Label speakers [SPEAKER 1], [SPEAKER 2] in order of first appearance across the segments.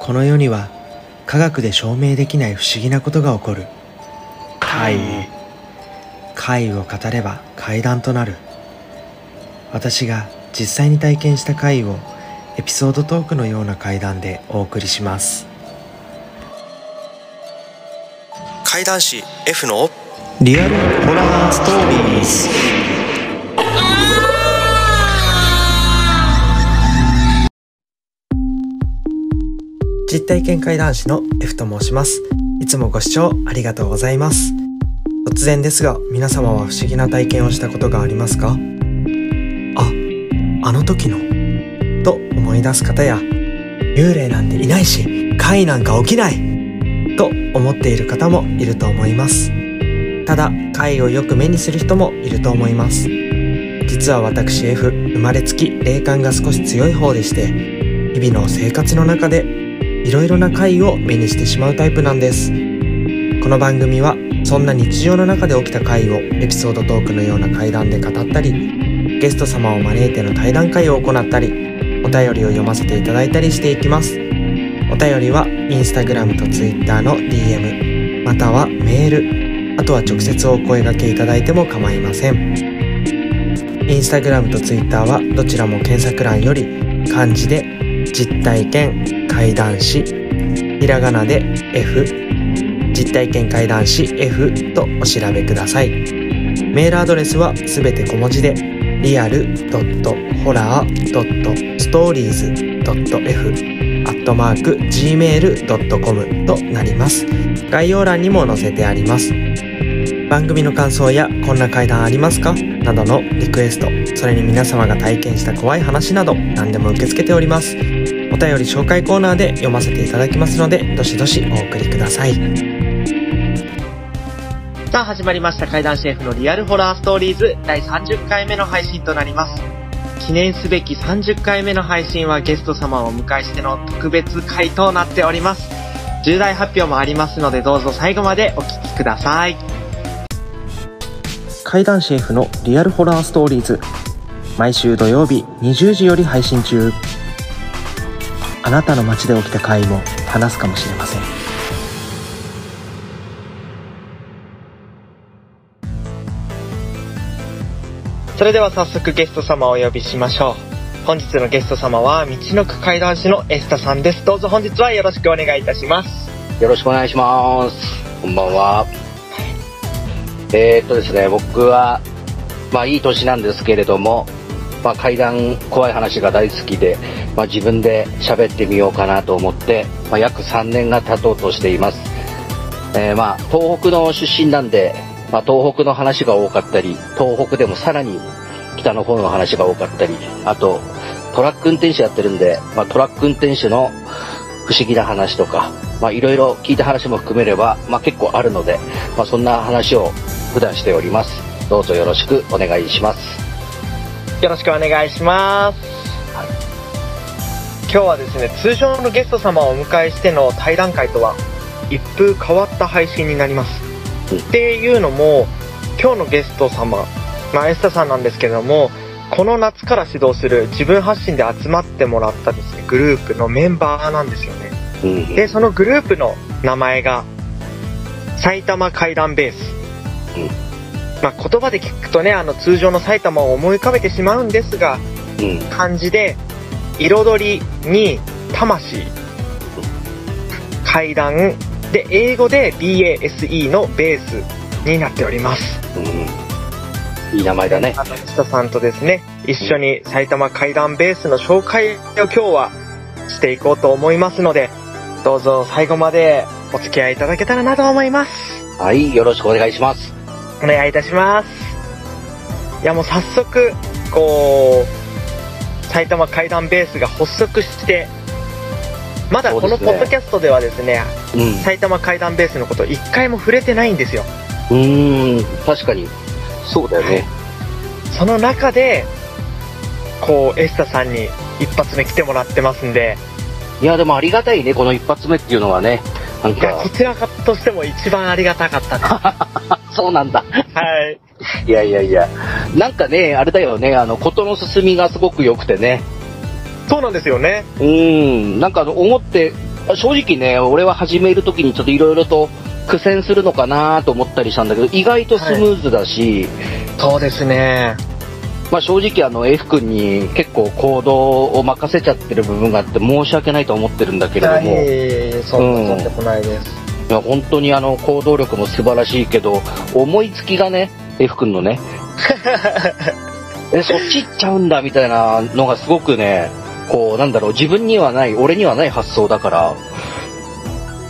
[SPEAKER 1] この世には科学で証明できない不思議なことが起こる
[SPEAKER 2] 怪
[SPEAKER 1] 怪異を語れば怪談となる私が実際に体験した怪異をエピソードトークのような怪談でお送りします怪談師 F のリアルホラーストーリー実体験怪談師の F と申しますいつもご視聴ありがとうございます突然ですが皆様は不思議な体験をしたことがありますかああの時のと思い出す方や幽霊なんていないし怪なんか起きないと思っている方もいると思いますただ怪をよく目にする人もいると思います実は私 F 生まれつき霊感が少し強い方でして日々の生活の中でいろいろな怪異を目にしてしまうタイプなんですこの番組はそんな日常の中で起きた怪異をエピソードトークのような怪談で語ったりゲスト様を招いての対談会を行ったりお便りを読ませていただいたりしていきますお便りはインスタグラムとツイッターの DM またはメールあとは直接お声掛けいただいても構いませんインスタグラムとツイッターはどちらも検索欄より漢字で実体験怪談師ひらがなで F 実体験怪談師 F とお調べくださいメールアドレスはすべて小文字でリアル .horror.stories.f アットマーク gmail.com となります概要欄にも載せてあります番組の感想やこんな怪談ありますかなどのリクエストそれに皆様が体験した怖い話など何でも受け付けておりますお便り紹介コーナーで読ませていただきますのでどしどしお送りくださいさあ始まりました怪談シェフのリアルホラーストーリーズ第30回目の配信となります記念すべき30回目の配信はゲスト様をお迎えしての特別回となっております重大発表もありますのでどうぞ最後までお聞きください怪談シェフのリアルホラーストーリーズ毎週土曜日20時より配信中あなたの街で起きた怪異も話すかもしれませんそれでは早速ゲスト様をお呼びしましょう本日のゲスト様は道のく怪談師のエスタさんですどうぞ本日はよろしくお願いいたします
[SPEAKER 2] よろしくお願いします。こんばんは。えー、っとですね、僕は、まあいい年なんですけれども、まあ階段怖い話が大好きで、まあ自分で喋ってみようかなと思って、まあ約3年が経とうとしています。えーまあ東北の出身なんで、まあ東北の話が多かったり、東北でもさらに北の方の話が多かったり、あとトラック運転手やってるんで、まあトラック運転手の不思議な話とか、まあ、いろいろ聞いた話も含めれば、まあ、結構あるので、まあ、そんな話を普段しております。どうぞよろしくお願いします。
[SPEAKER 3] よろしくお願いします、
[SPEAKER 2] はい
[SPEAKER 3] 今日はですね通常のゲスト様をお迎えしての対談会とは一風変わった配信になります
[SPEAKER 2] うん
[SPEAKER 3] っていうのも今日のゲスト様、まあ、エスタさんなんですけれどもこの夏から始動する自分発信で集まってもらったですねグループのメンバーなんですよね
[SPEAKER 2] うんうん、
[SPEAKER 3] でそのグループの名前が埼玉怪談ベース、
[SPEAKER 2] うん
[SPEAKER 3] まあ、言葉で聞くとねあの通常の埼玉を思い浮かべてしまうんですが
[SPEAKER 2] うん、
[SPEAKER 3] 漢字で彩りに魂階段で英語で BASE のベースになっております
[SPEAKER 2] うん。いい名前だね。
[SPEAKER 3] あの下さんとですね一緒に埼玉階段ベースの紹介を今日はしていこうと思いますのでどうぞ最後までお付き合いいただけたらなと思います
[SPEAKER 2] はい、よろしくお願いします。
[SPEAKER 3] お願いいたしますいやもう早速こう埼玉怪談ベースが発足してまだこ
[SPEAKER 2] そ
[SPEAKER 3] の
[SPEAKER 2] うで
[SPEAKER 3] ポ
[SPEAKER 2] すね
[SPEAKER 3] ッドキャストではですね
[SPEAKER 2] うん。
[SPEAKER 3] 埼玉怪談ベースのこと一回も触れてないんですよ
[SPEAKER 2] うーん、確かに。そうだよね。
[SPEAKER 3] その中でこうエスタさんに一発目来てもらってますんで
[SPEAKER 2] いや、でもありがたいね、この一発目っていうのはね。なん
[SPEAKER 3] いや
[SPEAKER 2] か
[SPEAKER 3] こ、ちらとしても一番ありがたかったです
[SPEAKER 2] そうなんだ。
[SPEAKER 3] はい
[SPEAKER 2] いやいやいや。なんかね、あれだよね、あの、ことの進みがすごく良くてね。
[SPEAKER 3] そうなんですよね
[SPEAKER 2] うーん、なんかあの思って、正直ね、俺は始めるときにちょっといろいろと苦戦するのかなと思ったりしたんだけど、意外とスムーズだし、
[SPEAKER 3] そうですね。
[SPEAKER 2] まあ正直あの F 君に結構行動を任せちゃってる部分があって申し訳ないと思ってるんだけれども、い
[SPEAKER 3] はい、そんなとんでもないです。
[SPEAKER 2] や本当にあの行動力も素晴らしいけど、思いつきがね、F 君のね、え、そっち行っちゃうんだみたいなのがすごくね、こうなんだろう、自分にはない、俺にはない発想だから、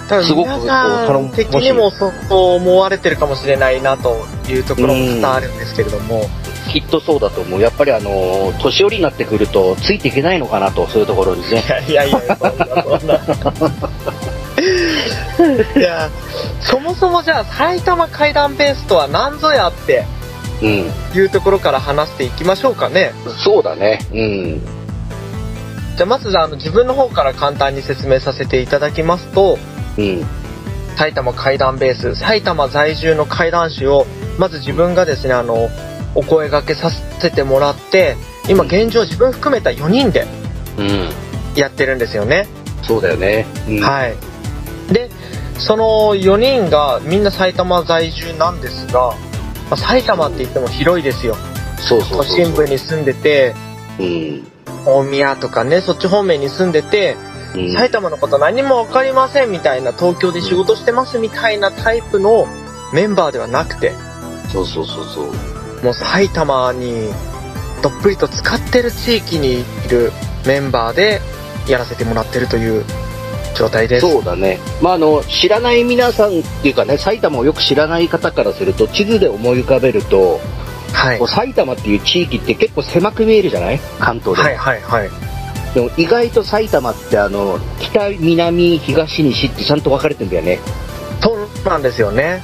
[SPEAKER 3] 多
[SPEAKER 2] すご
[SPEAKER 3] 分
[SPEAKER 2] く
[SPEAKER 3] 皆さん的にもそう思われてるかもしれないなというところも多々あるんですけれども、
[SPEAKER 2] きっとそうだと思う。やっぱりあの、年寄りになってくると、ついていけないのかなと、そういうところにね
[SPEAKER 3] い。やいやいや、そんなそんな。 いや、そもそもじゃあ埼玉階段ベースとは何ぞやって
[SPEAKER 2] う
[SPEAKER 3] いうところから話していきましょうかね。
[SPEAKER 2] ん。そうだね。うん。
[SPEAKER 3] じゃあまずあの自分の方から簡単に説明させていただきますと、
[SPEAKER 2] うん。
[SPEAKER 3] 埼玉階段ベース、埼玉在住の階段師を、まず自分がですね、あの、お声掛けさせてもらって、今現状自分含めた4人で
[SPEAKER 2] うん。
[SPEAKER 3] やってるんですよね。
[SPEAKER 2] そうだよね。うん。
[SPEAKER 3] はい。で、その4人がみんな埼玉在住なんですが、まあ埼玉って言っても広いですよ。
[SPEAKER 2] そうそ
[SPEAKER 3] 都
[SPEAKER 2] うそう
[SPEAKER 3] 心
[SPEAKER 2] そう。
[SPEAKER 3] 部に住んでて、
[SPEAKER 2] うん。
[SPEAKER 3] 大宮とかね、そっち方面に住んでて、
[SPEAKER 2] うん。
[SPEAKER 3] 埼玉のこと何もわかりませんみたいな、東京で仕事してますみたいなタイプのメンバーではなくて、
[SPEAKER 2] そうそうそうそう。
[SPEAKER 3] もう埼玉にどっぷりと使ってる地域にいるメンバーでやらせてもらってるという状態です。
[SPEAKER 2] そうだね。まあ、あの、知らない皆さんっていうかね、埼玉をよく知らない方からすると、地図で思い浮かべると、
[SPEAKER 3] はい
[SPEAKER 2] こう。埼玉っていう地域って結構狭く見えるじゃない関東で。
[SPEAKER 3] はいはいはい。
[SPEAKER 2] でも意外と埼玉ってあの、北、南、東、西ってちゃんと分かれてんだよね。
[SPEAKER 3] そうなんですよね。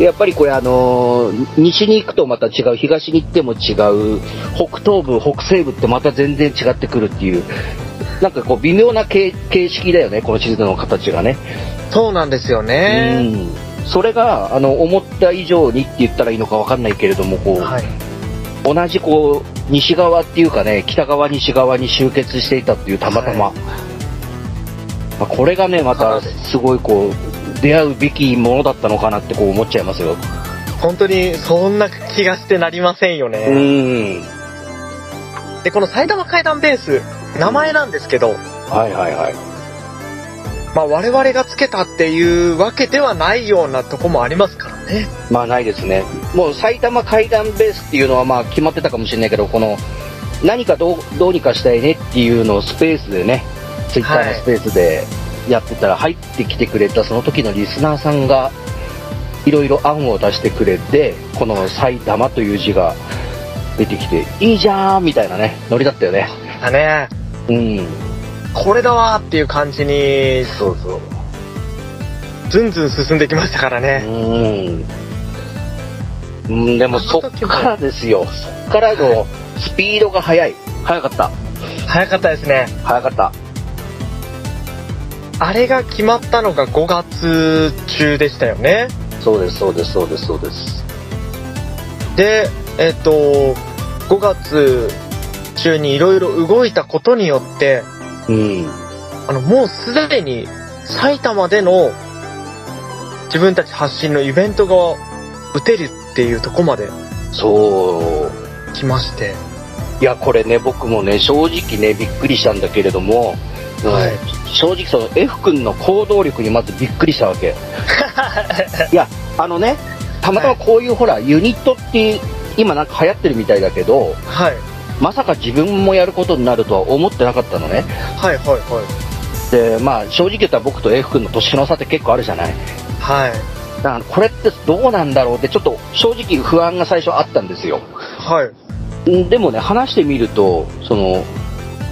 [SPEAKER 2] やっぱりこれあのー西に行くとまた違う、東に行っても違う、北東部、北西部ってまた全然違ってくるっていう、なんかこう微妙な形形式だよね、この地図の形がね。
[SPEAKER 3] そうなんですよね。
[SPEAKER 2] うん。それが、あの、思った以上にって言ったらいいのかわかんないけれども、こう、
[SPEAKER 3] はい。
[SPEAKER 2] 同じこう、西側っていうかね、北側、西側に集結していたっていうたまたま。まあこれがね、ま
[SPEAKER 3] そう
[SPEAKER 2] た
[SPEAKER 3] なんです
[SPEAKER 2] すごいこう、出会うべきものだったのかなってこう思っちゃいますよ。
[SPEAKER 3] 本当にそんな気がしてなりませんよ
[SPEAKER 2] う
[SPEAKER 3] ね。
[SPEAKER 2] ん。
[SPEAKER 3] で、この埼玉階段ベース、名前なんですけど、
[SPEAKER 2] はいはいはい。
[SPEAKER 3] まあ我々がつけたっていうわけではないようなとこもありますからね。
[SPEAKER 2] まあないですね。もう埼玉階段ベースっていうのはまあ決まってたかもしれないけど、この何かどうどうにかしたいねっていうのをスペースでね、ツイッターのスペースでやってたら入ってきてくれたその時のリスナーさんがいろいろ案を出してくれて、この埼玉という字が出てきて、いいじゃんみたいなね、ノリだったよね。
[SPEAKER 3] だね。
[SPEAKER 2] うん。
[SPEAKER 3] これだわーっていう感じに、
[SPEAKER 2] そうそう。
[SPEAKER 3] ずんずん進んできましたからね。
[SPEAKER 2] うん。うん、でも
[SPEAKER 3] あの
[SPEAKER 2] そっ
[SPEAKER 3] 時も
[SPEAKER 2] からですよ。そっからのスピードが速い。速かった。
[SPEAKER 3] 早かったですね。
[SPEAKER 2] 早かった。
[SPEAKER 3] あれが決まったのが5月中でしたよね。
[SPEAKER 2] そうです、そうです、そうです、そうです。
[SPEAKER 3] で、えっ、と、5月中にいろいろ動いたことによって、
[SPEAKER 2] うん。
[SPEAKER 3] あの、もうすでに埼玉での自分たち発信のイベントが打てるっていうとこまで
[SPEAKER 2] そ
[SPEAKER 3] 来まして。
[SPEAKER 2] う。いや、これね、僕もね、正直ね、びっくりしたんだけれども、うん
[SPEAKER 3] はい
[SPEAKER 2] 正直その F 君の行動力にまずびっくりしたわけ。 いや、あのね、たまたまこういう、ほら、ユニットって今なんか流行ってるみたいだけど、
[SPEAKER 3] はい。
[SPEAKER 2] まさか自分もやることになるとは思ってなかったのね。
[SPEAKER 3] はいはいは
[SPEAKER 2] で、まあ、正直言ったら僕と F 君の年の差って結構あるじゃない。
[SPEAKER 3] い。はい。
[SPEAKER 2] だから、これってどうなんだろうって、ちょっと正直不安が最初あったんですよ。
[SPEAKER 3] はい。
[SPEAKER 2] うんでもね、話してみると、その、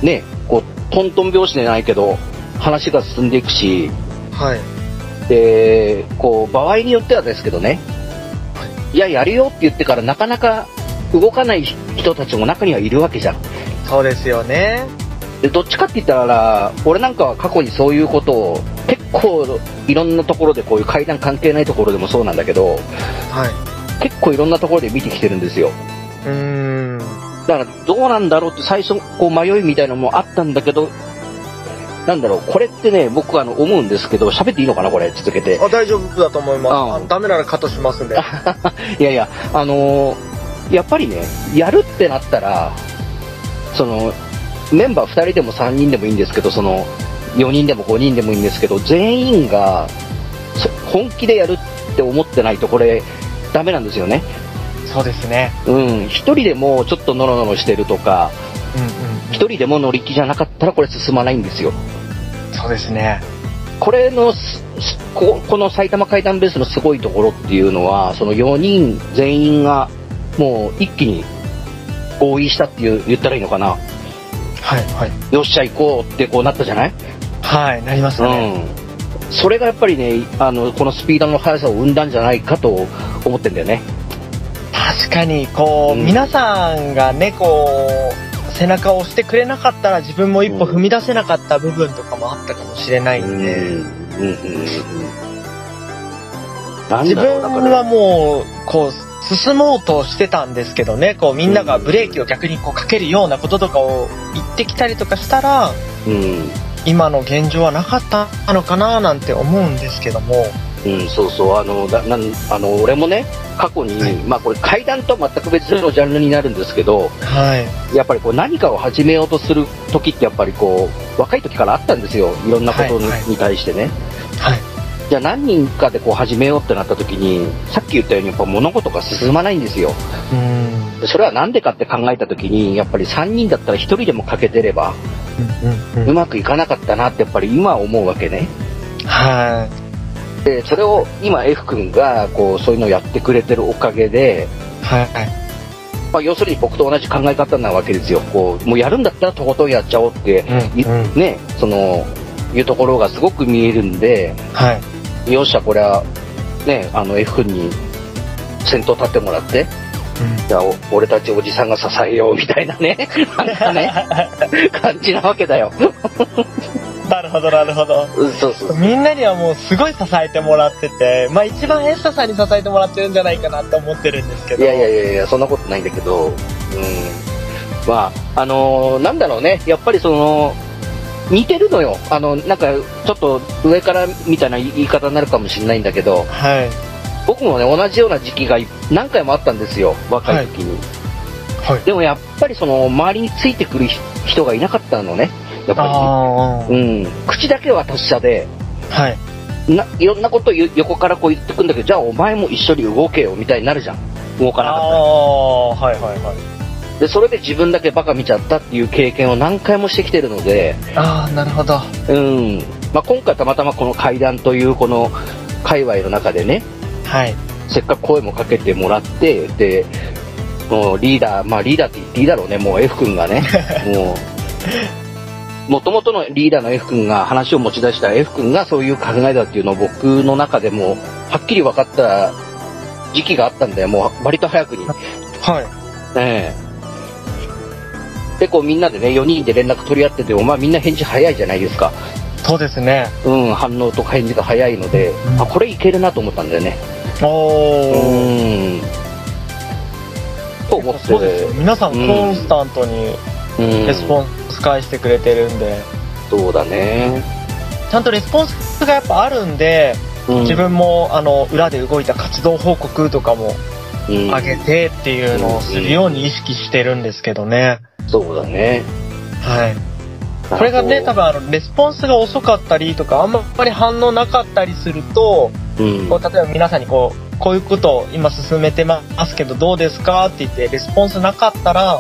[SPEAKER 2] ね、こう、トントン拍子じゃないけど、話が進んでいくし、
[SPEAKER 3] はい。
[SPEAKER 2] で、こう、場合によってはですけどね、いや、やるよって言ってからなかなか動かない人たちも中にはいるわけじゃん。
[SPEAKER 3] そうですよね。
[SPEAKER 2] で、どっちかって言ったら、俺なんかは過去にそういうことを、結構いろんなところでこういう階段関係ないところでもそうなんだけど、
[SPEAKER 3] はい。
[SPEAKER 2] 結構いろんなところで見てきてるんですよ。
[SPEAKER 3] うーん。
[SPEAKER 2] だからどうなんだろうって最初こう迷いみたいなのもあったんだけど、なんだろう、これってね、僕あの、思うんですけど、喋っていいのかな、これ、続けて。
[SPEAKER 3] あ、大丈夫だと思います。
[SPEAKER 2] うん
[SPEAKER 3] あダメならカットしますんで。
[SPEAKER 2] いやいや、あのーやっぱりね、やるってなったら、その、メンバー2人でも3人でもいいんですけど、その、4人でも5人でもいいんですけど、全員が、そ本気でやるって思ってないと、これ、ダメなんですよね。
[SPEAKER 3] そうですね。
[SPEAKER 2] うん、1人でもちょっとノロノロしてるとか、
[SPEAKER 3] うんうん
[SPEAKER 2] 1人でも乗り気じゃなかったら、これ進まないんですよ。
[SPEAKER 3] うん。そうですね。
[SPEAKER 2] これのすすここの埼玉階段ベースのすごいところっていうのはその4人全員がもう一気に合意したっていう言ったらいいのかな
[SPEAKER 3] はいはい。
[SPEAKER 2] よっしゃ行こうってこうなったじゃない、
[SPEAKER 3] はい、なりますね。
[SPEAKER 2] うん、それがやっぱりねあのこのスピードの速さを生んだんじゃないかと思ってんだよね
[SPEAKER 3] 確かに、こう、
[SPEAKER 2] うん
[SPEAKER 3] 皆さんがね、こう、背中を押してくれなかったら自分も一歩踏み出せなかった部分とかもあったかもしれない
[SPEAKER 2] うんんうん
[SPEAKER 3] で、
[SPEAKER 2] うんうんなん
[SPEAKER 3] 自
[SPEAKER 2] だろうだか
[SPEAKER 3] 分
[SPEAKER 2] ら
[SPEAKER 3] はもう、こう、進もうとしてたんですけどね、こう、みんながブレーキを逆にこうかけるようなこととかを言ってきたりとかしたら、
[SPEAKER 2] うん
[SPEAKER 3] 今の現状はなかったのかななんて思うんですけども、
[SPEAKER 2] うん、そうそう、あの、だなんあの俺もね、過去に、
[SPEAKER 3] はい
[SPEAKER 2] まあこれ、階段とは全く別のジャンルになるんですけど、
[SPEAKER 3] はい。
[SPEAKER 2] やっぱりこう何かを始めようとする時って、やっぱりこう、若い時からあったんですよ、いろんなことに,、
[SPEAKER 3] はいはい
[SPEAKER 2] 対してね。
[SPEAKER 3] はい。
[SPEAKER 2] じゃあ、何人かでこう始めようってなった時に、さっき言ったように、やっぱ物事が進まないんですよ。
[SPEAKER 3] うん。
[SPEAKER 2] でそれはなんでかって考えた時に、やっぱり3人だったら1人でも欠けてれば、
[SPEAKER 3] うんうんう。
[SPEAKER 2] うんまくいかなかったなって、やっぱり今思うわけね。
[SPEAKER 3] は
[SPEAKER 2] で、それを今、F 君が、こう、そういうのをやってくれてるおかげで、
[SPEAKER 3] い。はい。
[SPEAKER 2] まあ、要するに僕と同じ考え方なわけですよ、こうもうやるんだったらとことんやっちゃおうって、
[SPEAKER 3] うん
[SPEAKER 2] い
[SPEAKER 3] うん
[SPEAKER 2] ね、そのいうところがすごく見えるんで、
[SPEAKER 3] はい。
[SPEAKER 2] よっしゃ、これは、ね、あの F 君に先頭立ってもらって、じゃあお俺たちおじさんが支えようみたいなね、 なんかね、感じなわけだよ。
[SPEAKER 3] うんなるほど、なるほど。
[SPEAKER 2] うんそうそう
[SPEAKER 3] みんなにはもうすごい支えてもらってて、まあ一番エスタさんに支えてもらってるんじゃないかなって思ってるんですけ
[SPEAKER 2] い
[SPEAKER 3] ど。
[SPEAKER 2] やいやいやいや、そんなことないんだけど、うん、まあ、あのーなんだろうね、やっぱりその、似てるのよ。あの、なんか、ちょっと上からみたいな言い方になるかもしれないんだけど、
[SPEAKER 3] はい。
[SPEAKER 2] 僕もね、同じような時期がい何回もあったんですよ、若い時に。
[SPEAKER 3] はい。
[SPEAKER 2] でもやっぱりその、周りについてくる人がいなかったのね、やっぱ
[SPEAKER 3] ああ
[SPEAKER 2] り。うん、口だけは達者で、
[SPEAKER 3] ー。はい。
[SPEAKER 2] ないろんなことを横からこう言ってくんだけど、じゃあお前も一緒に動けよ、みたいになるじゃん。動かなかったら
[SPEAKER 3] ああー、はいはいはい。
[SPEAKER 2] で、それで自分だけバカ見ちゃったっていう経験を何回もしてきてるので、
[SPEAKER 3] ああ、なるほど。
[SPEAKER 2] うん。まあ、今回たまたまこの階段というこの界隈の中でね、
[SPEAKER 3] はい。
[SPEAKER 2] せっかく声もかけてもらって、で、もうリーダー、まあリーダーって言っていいだろうね、もう F 君が ね、もう、もともとのリーダーの F 君が話を持ち出した F 君がそういう考えだっていうのを僕の中でもはっきり分かった時期があったんだよ、もう割と早くに。
[SPEAKER 3] はい。
[SPEAKER 2] ええ。で、こうみんなでね、4人で連絡取り合ってても、まあみんな返事早いじゃないですか。
[SPEAKER 3] そうですね。
[SPEAKER 2] うん、反応とか返事が早いので、
[SPEAKER 3] うん
[SPEAKER 2] あ、これいけるなと思ったんだよね。う
[SPEAKER 3] おお。
[SPEAKER 2] ーん。と思って、
[SPEAKER 3] そうですよ皆さんコンスタントに
[SPEAKER 2] うん
[SPEAKER 3] レスポンス返してくれてるんで、
[SPEAKER 2] そうだね。
[SPEAKER 3] ちゃんとレスポンスがやっぱあるんで、
[SPEAKER 2] うん
[SPEAKER 3] 自分もあの裏で動いた活動報告とかも
[SPEAKER 2] うん
[SPEAKER 3] 上げてっていうのをするように意識してるんですけどね。
[SPEAKER 2] そうだね。
[SPEAKER 3] はい。これがね、多
[SPEAKER 2] 分、
[SPEAKER 3] 分あの、レスポンスが遅かったりとか、あんまり反応なかったりすると、
[SPEAKER 2] うん
[SPEAKER 3] こう、例えば皆さんにこう、こういうことを今進めてますけどどうですかって言って、レスポンスなかったら、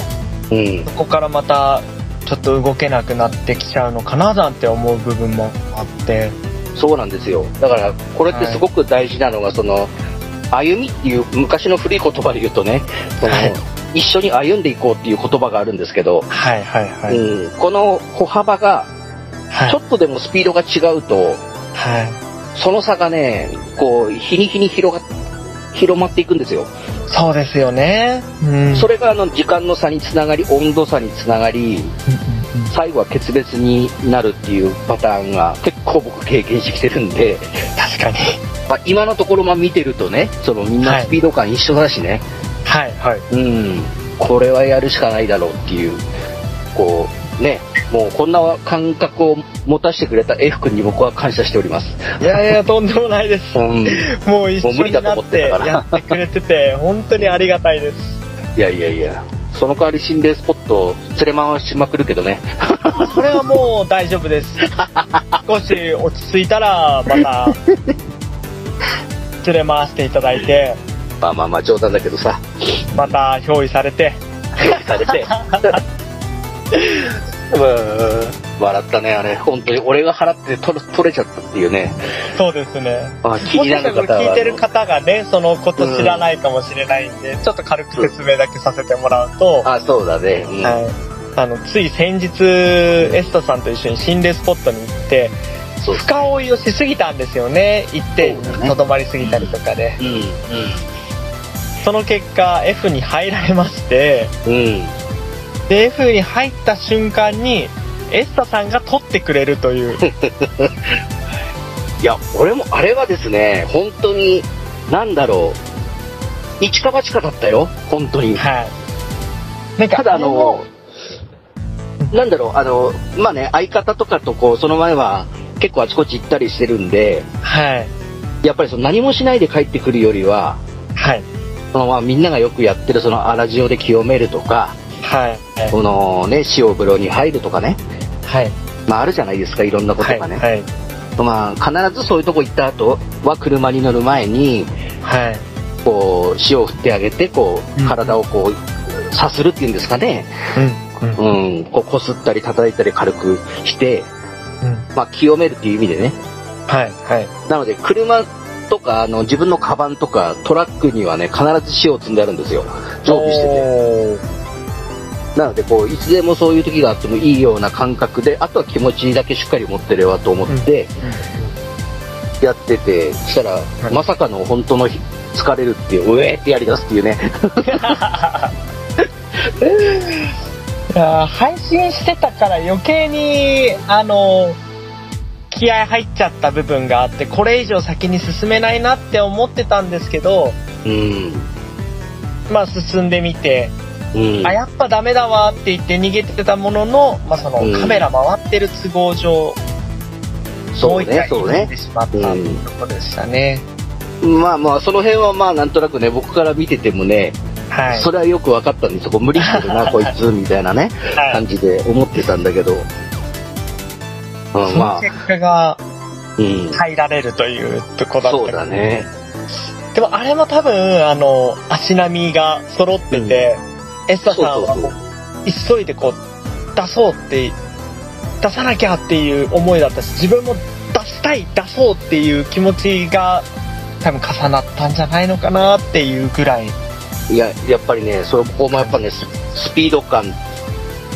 [SPEAKER 2] うん
[SPEAKER 3] そこからまた、ちょっと動けなくなってきちゃうのかななんて思う部分もあって。
[SPEAKER 2] そうなんですよ。だから、これってすごく大事なのが、その、歩みっていう、昔の古い言葉で言うとね、その、
[SPEAKER 3] はい
[SPEAKER 2] 一緒に歩んでいこうっていう言葉があるんですけど、
[SPEAKER 3] はいはいはい。
[SPEAKER 2] うん、この歩幅が
[SPEAKER 3] は
[SPEAKER 2] ちょ
[SPEAKER 3] い。
[SPEAKER 2] っとでもスピードが違うと
[SPEAKER 3] はい。
[SPEAKER 2] その差がねこう日に日に広が広まっていくんですよ、
[SPEAKER 3] そうですよね。うん。
[SPEAKER 2] それがあの時間の差につながり温度差につながり
[SPEAKER 3] うんうんうん
[SPEAKER 2] 最後は決別になるっていうパターンが結構僕経験してきてるんで、
[SPEAKER 3] 確かに。
[SPEAKER 2] まあ、今のところまあ見てるとねそのみん
[SPEAKER 3] は
[SPEAKER 2] ないスピード感一緒だしね、
[SPEAKER 3] はいはい。
[SPEAKER 2] うんこれはやるしかないだろうっていうこうねもうこんな感覚を持たせてくれた F 君に僕は感謝しております。
[SPEAKER 3] いやいや、とんでもないです。
[SPEAKER 2] うん、い
[SPEAKER 3] もう一緒
[SPEAKER 2] もう無理
[SPEAKER 3] に
[SPEAKER 2] だと
[SPEAKER 3] な
[SPEAKER 2] 思
[SPEAKER 3] っ
[SPEAKER 2] って
[SPEAKER 3] て
[SPEAKER 2] たから
[SPEAKER 3] やってくれてて、本当にありがたいです。
[SPEAKER 2] やいやいや、その代わり心霊スポットを連れ回しまくるけどね。
[SPEAKER 3] それはもう大丈夫です。少し落ち着いたら、また、連れ回していただいて、
[SPEAKER 2] まあまあまあ冗談だけどさ、
[SPEAKER 3] また憑依されて、
[SPEAKER 2] されて。 笑ったね、あれ。本当に俺が払って取れ取れちゃったっていうね。
[SPEAKER 3] そうですね。
[SPEAKER 2] あ気
[SPEAKER 3] も
[SPEAKER 2] に
[SPEAKER 3] し
[SPEAKER 2] な
[SPEAKER 3] かし
[SPEAKER 2] る
[SPEAKER 3] たらこ
[SPEAKER 2] 方は。
[SPEAKER 3] れ聞いてる方がね、そのこと知らないかもしれないんで、ちょっと軽く説明だけさせてもらうと、
[SPEAKER 2] あ、そうだね。うん
[SPEAKER 3] はい、あのつい先日エスタさんと一緒に心霊スポットに行って
[SPEAKER 2] そう
[SPEAKER 3] 深追いをしすぎたんですよね一点
[SPEAKER 2] そうだ
[SPEAKER 3] に
[SPEAKER 2] ね
[SPEAKER 3] とどまりすぎたりとかで、
[SPEAKER 2] うん、
[SPEAKER 3] その結果 F に入られまして
[SPEAKER 2] うん、うん。
[SPEAKER 3] で F に入った瞬間にエスタさんが撮ってくれるという
[SPEAKER 2] いや、俺もあれはですね、本当に、なんだろう、一か八かだったよ、本当に。
[SPEAKER 3] はいなんか
[SPEAKER 2] ただ、あの、なんだろう、あの、まあね、相方とかとこう、その前は、結構あちこち行ったりしてるんで、
[SPEAKER 3] はい
[SPEAKER 2] やっぱりその何もしないで帰ってくるよりは、
[SPEAKER 3] はい
[SPEAKER 2] そのまあみんながよくやってるその荒塩で清めるとか、
[SPEAKER 3] はい
[SPEAKER 2] このね、塩風呂に入るとかね、
[SPEAKER 3] はい
[SPEAKER 2] まああるじゃないですか、いろんなこと
[SPEAKER 3] はい
[SPEAKER 2] がね。
[SPEAKER 3] はい
[SPEAKER 2] まあ必ずそういうとこ行った後は車に乗る前に、
[SPEAKER 3] はい
[SPEAKER 2] こう、塩を振ってあげて、こう
[SPEAKER 3] うん、
[SPEAKER 2] 体をこう、さするっていうんですかね。
[SPEAKER 3] うんうん
[SPEAKER 2] うん、こう、こすったり叩いたり軽くして、
[SPEAKER 3] うん
[SPEAKER 2] まあ、清めるっていう意味でね。
[SPEAKER 3] はいはい
[SPEAKER 2] なので、車とか、あの、自分のカバンとか、トラックにはね、必ず塩を積んであるんですよ。常備してて。
[SPEAKER 3] おー
[SPEAKER 2] なので、こう、いつでもそういう時があってもいいような感覚で、あとは気持ちだけしっかり持ってればと思って、やってて、したら、
[SPEAKER 3] い
[SPEAKER 2] まさかの本当の疲れるっていう、うえーってやり出すっていうね。
[SPEAKER 3] いやー配信してたから余計にあの気合入っちゃった部分があってこれ以上先に進めないなって思ってたんですけど
[SPEAKER 2] うん。
[SPEAKER 3] まあ進んでみて、
[SPEAKER 2] うん。
[SPEAKER 3] あやっぱダメだわって言って逃げてたものの,、まあ、その
[SPEAKER 2] うん
[SPEAKER 3] カメラ回ってる都合上、も
[SPEAKER 2] そうう
[SPEAKER 3] 一
[SPEAKER 2] ね
[SPEAKER 3] 回、
[SPEAKER 2] そう
[SPEAKER 3] 逃げ
[SPEAKER 2] ね。
[SPEAKER 3] てしまったっていうところでしたね、
[SPEAKER 2] まあまあ、その辺はまあ、なんとなくね、僕から見ててもね、
[SPEAKER 3] はい
[SPEAKER 2] それはよく分かったんですよ。こう無理してる な、こいつ、みたいなね、
[SPEAKER 3] は
[SPEAKER 2] 感
[SPEAKER 3] い
[SPEAKER 2] じで思ってたんだけど。うん、
[SPEAKER 3] そ
[SPEAKER 2] まあ
[SPEAKER 3] の、結果が
[SPEAKER 2] うん。
[SPEAKER 3] 入られるというところだった
[SPEAKER 2] そうだね。
[SPEAKER 3] でもあれも多分、あの、足並みが揃ってて、エス
[SPEAKER 2] そ
[SPEAKER 3] タ
[SPEAKER 2] う
[SPEAKER 3] さんは
[SPEAKER 2] そ
[SPEAKER 3] も
[SPEAKER 2] う
[SPEAKER 3] う急いでこう、出そうって、出さなきゃっていう思いだったし、自分も出したい、出そうっていう気持ちが多分重なったんじゃないのかなっていうぐらい。
[SPEAKER 2] そう。いや、やっぱりね、そこもやっぱね、ススピード感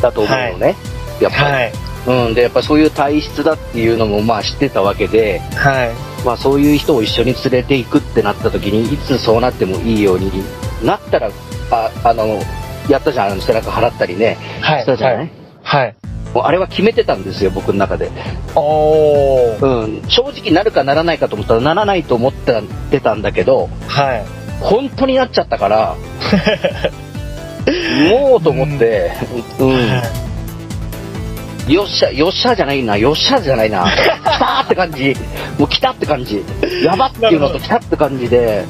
[SPEAKER 2] だと思うのね。やっぱり、
[SPEAKER 3] はい。
[SPEAKER 2] うん。で、やっぱそういう体質だっていうのもまあ知ってたわけで、
[SPEAKER 3] はい。
[SPEAKER 2] まあそういう人を一緒に連れていくってなった時に、いつそうなってもいいようになったら、ああの、やったじゃん、あの背中払ったりね。
[SPEAKER 3] は
[SPEAKER 2] し
[SPEAKER 3] い。
[SPEAKER 2] たじゃない、
[SPEAKER 3] はい。はい。
[SPEAKER 2] もうあれは決めてたんですよ、僕の中で。
[SPEAKER 3] おー。
[SPEAKER 2] うん、正直なるかならないかと思ったらならないと思って出たんだけど、
[SPEAKER 3] はい。
[SPEAKER 2] 本当になっちゃったから、もうと思って、うん、よっしゃ、よっしゃじゃないな、よっしゃじゃないな、来たーって感じ、もう来たって感じ、やばっていうのと来たって感じで、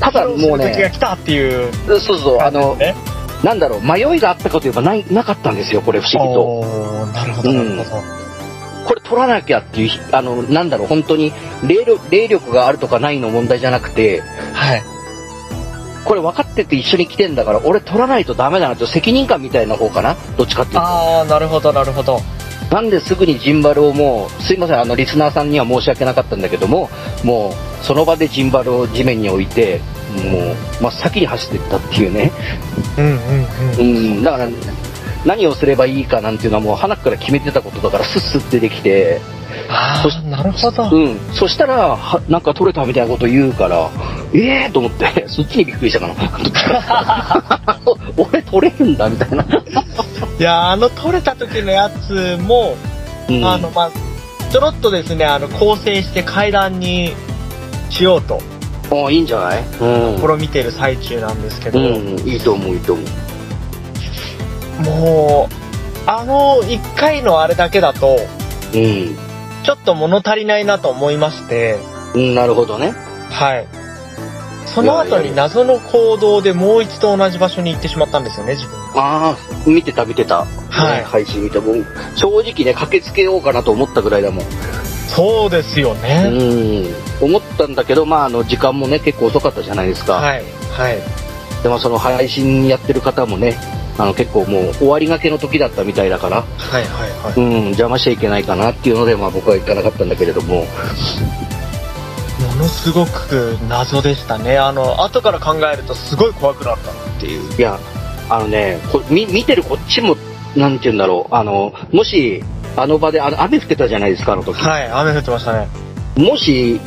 [SPEAKER 2] ただもう
[SPEAKER 3] 時が
[SPEAKER 2] ね、
[SPEAKER 3] 来たっていう
[SPEAKER 2] そうそう、あ
[SPEAKER 3] 感じです
[SPEAKER 2] の、
[SPEAKER 3] ね。
[SPEAKER 2] なんだろう、迷いがあったかといえばないなかったんですよ、これ不思議と。
[SPEAKER 3] おー、なるほど、なるほど。
[SPEAKER 2] これ取らなきゃっていう、あの、なんだろう、本当に霊力、霊力があるとかないの問題じゃなくて、
[SPEAKER 3] はい。
[SPEAKER 2] これ分かってて一緒に来てんだから、俺取らないとダメだなって責任感みたいな方かなどっちかっていう
[SPEAKER 3] あー、なるほど、なるほど。
[SPEAKER 2] と。なんですぐにジンバルをもう、すいません、あの、リスナーさんには申し訳なかったんだけども、もう、その場でジンバルを地面に置いて、もう、真っ先に走ってったっていうね。
[SPEAKER 3] うんうんう
[SPEAKER 2] う
[SPEAKER 3] ん。
[SPEAKER 2] ん、だから、何をすればいいかなんていうのはもう、鼻から決めてたことだから、スッスッてできて、
[SPEAKER 3] あ
[SPEAKER 2] そし
[SPEAKER 3] あ、なるほ
[SPEAKER 2] う
[SPEAKER 3] ど。
[SPEAKER 2] ん、そしたらはなんか取れたみたいなこと言うからええー、と思ってそっちにびっくりしたか な 俺取れるんだみたいな、
[SPEAKER 3] いや、あの、取れた時のやつも、
[SPEAKER 2] うん、
[SPEAKER 3] あの、まあ、ちょろっとですね、あの、構成して階段にしようと、
[SPEAKER 2] もういいんじゃないうん、
[SPEAKER 3] 試みてる最中なんですけ
[SPEAKER 2] う
[SPEAKER 3] ど、
[SPEAKER 2] ん、いいと思ういいと思う
[SPEAKER 3] もう、あの1回のあれだけだと、
[SPEAKER 2] うん。
[SPEAKER 3] ちょっと物足りないなと思いまして、
[SPEAKER 2] うん、なるほどね。
[SPEAKER 3] はい。その後に謎の行動でもう一度同じ場所に行ってしまったんですよね、自分が。
[SPEAKER 2] ああ、見てた見てた。
[SPEAKER 3] はい
[SPEAKER 2] ね配信見てもう正直ね、駆けつけようかなと思ったぐらいだもん。
[SPEAKER 3] そうですよ
[SPEAKER 2] う
[SPEAKER 3] ね。
[SPEAKER 2] ん。思ったんだけど、まあ、あの、時間もね、結構遅かったじゃないですか。
[SPEAKER 3] はい。はい。
[SPEAKER 2] でもその配信やってる方もね、あの結構もう終わりがけの時だったみたいだから、
[SPEAKER 3] はいはいは
[SPEAKER 2] うん、邪魔しちゃいけないかなっていうので、まあ僕は行かなかったんだけれども、
[SPEAKER 3] い。ものすごく謎でしたね。あの、後から考えるとすごい怖くなったっていう。
[SPEAKER 2] いや、あのね、こ見見てるこっちも、なんて言うんだろう、あの、もし、あの場で、あの、雨降ってたじゃないですか、あの時。
[SPEAKER 3] はい、雨降ってましたね。
[SPEAKER 2] もし、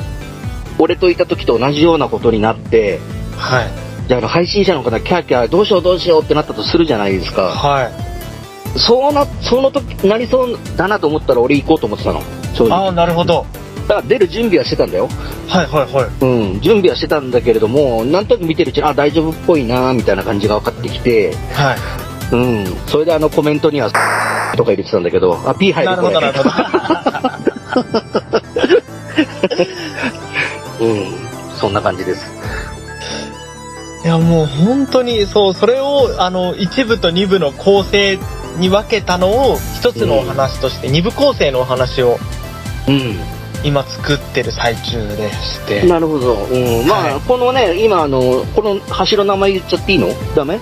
[SPEAKER 2] 俺といた時と同じようなことになって、
[SPEAKER 3] はい。
[SPEAKER 2] じゃああの配信者の方がキャーキャーどうしようどうしようってなったとするじゃないですか。
[SPEAKER 3] はい。
[SPEAKER 2] そうな、その時なりそうだなと思ったら俺行こうと思ってたの。正
[SPEAKER 3] あ
[SPEAKER 2] 直。
[SPEAKER 3] あ、なるほど。
[SPEAKER 2] だから出る準備はしてたんだよ。
[SPEAKER 3] はいはいはい。
[SPEAKER 2] うん、準備はしてたんだけれども、なんとなく見てるうちに、あ、大丈夫っぽいな、みたいな感じが分かってきて、
[SPEAKER 3] はい。
[SPEAKER 2] うん、それであのコメントには、 とか入れてたんだけど、あ、P 入
[SPEAKER 3] な
[SPEAKER 2] る
[SPEAKER 3] る
[SPEAKER 2] こ
[SPEAKER 3] ほ
[SPEAKER 2] れ
[SPEAKER 3] どなるほど。
[SPEAKER 2] うん、そんな感じです。
[SPEAKER 3] いやもう本当にそうそれをあの一部と二部の構成に分けたのを一つのお話として、二部構成のお話を
[SPEAKER 2] うん、
[SPEAKER 3] 今作ってる最中でして
[SPEAKER 2] なるほど。うん、まあ、
[SPEAKER 3] は
[SPEAKER 2] このね、今、あの、この柱の名前言っちゃっていいのダメ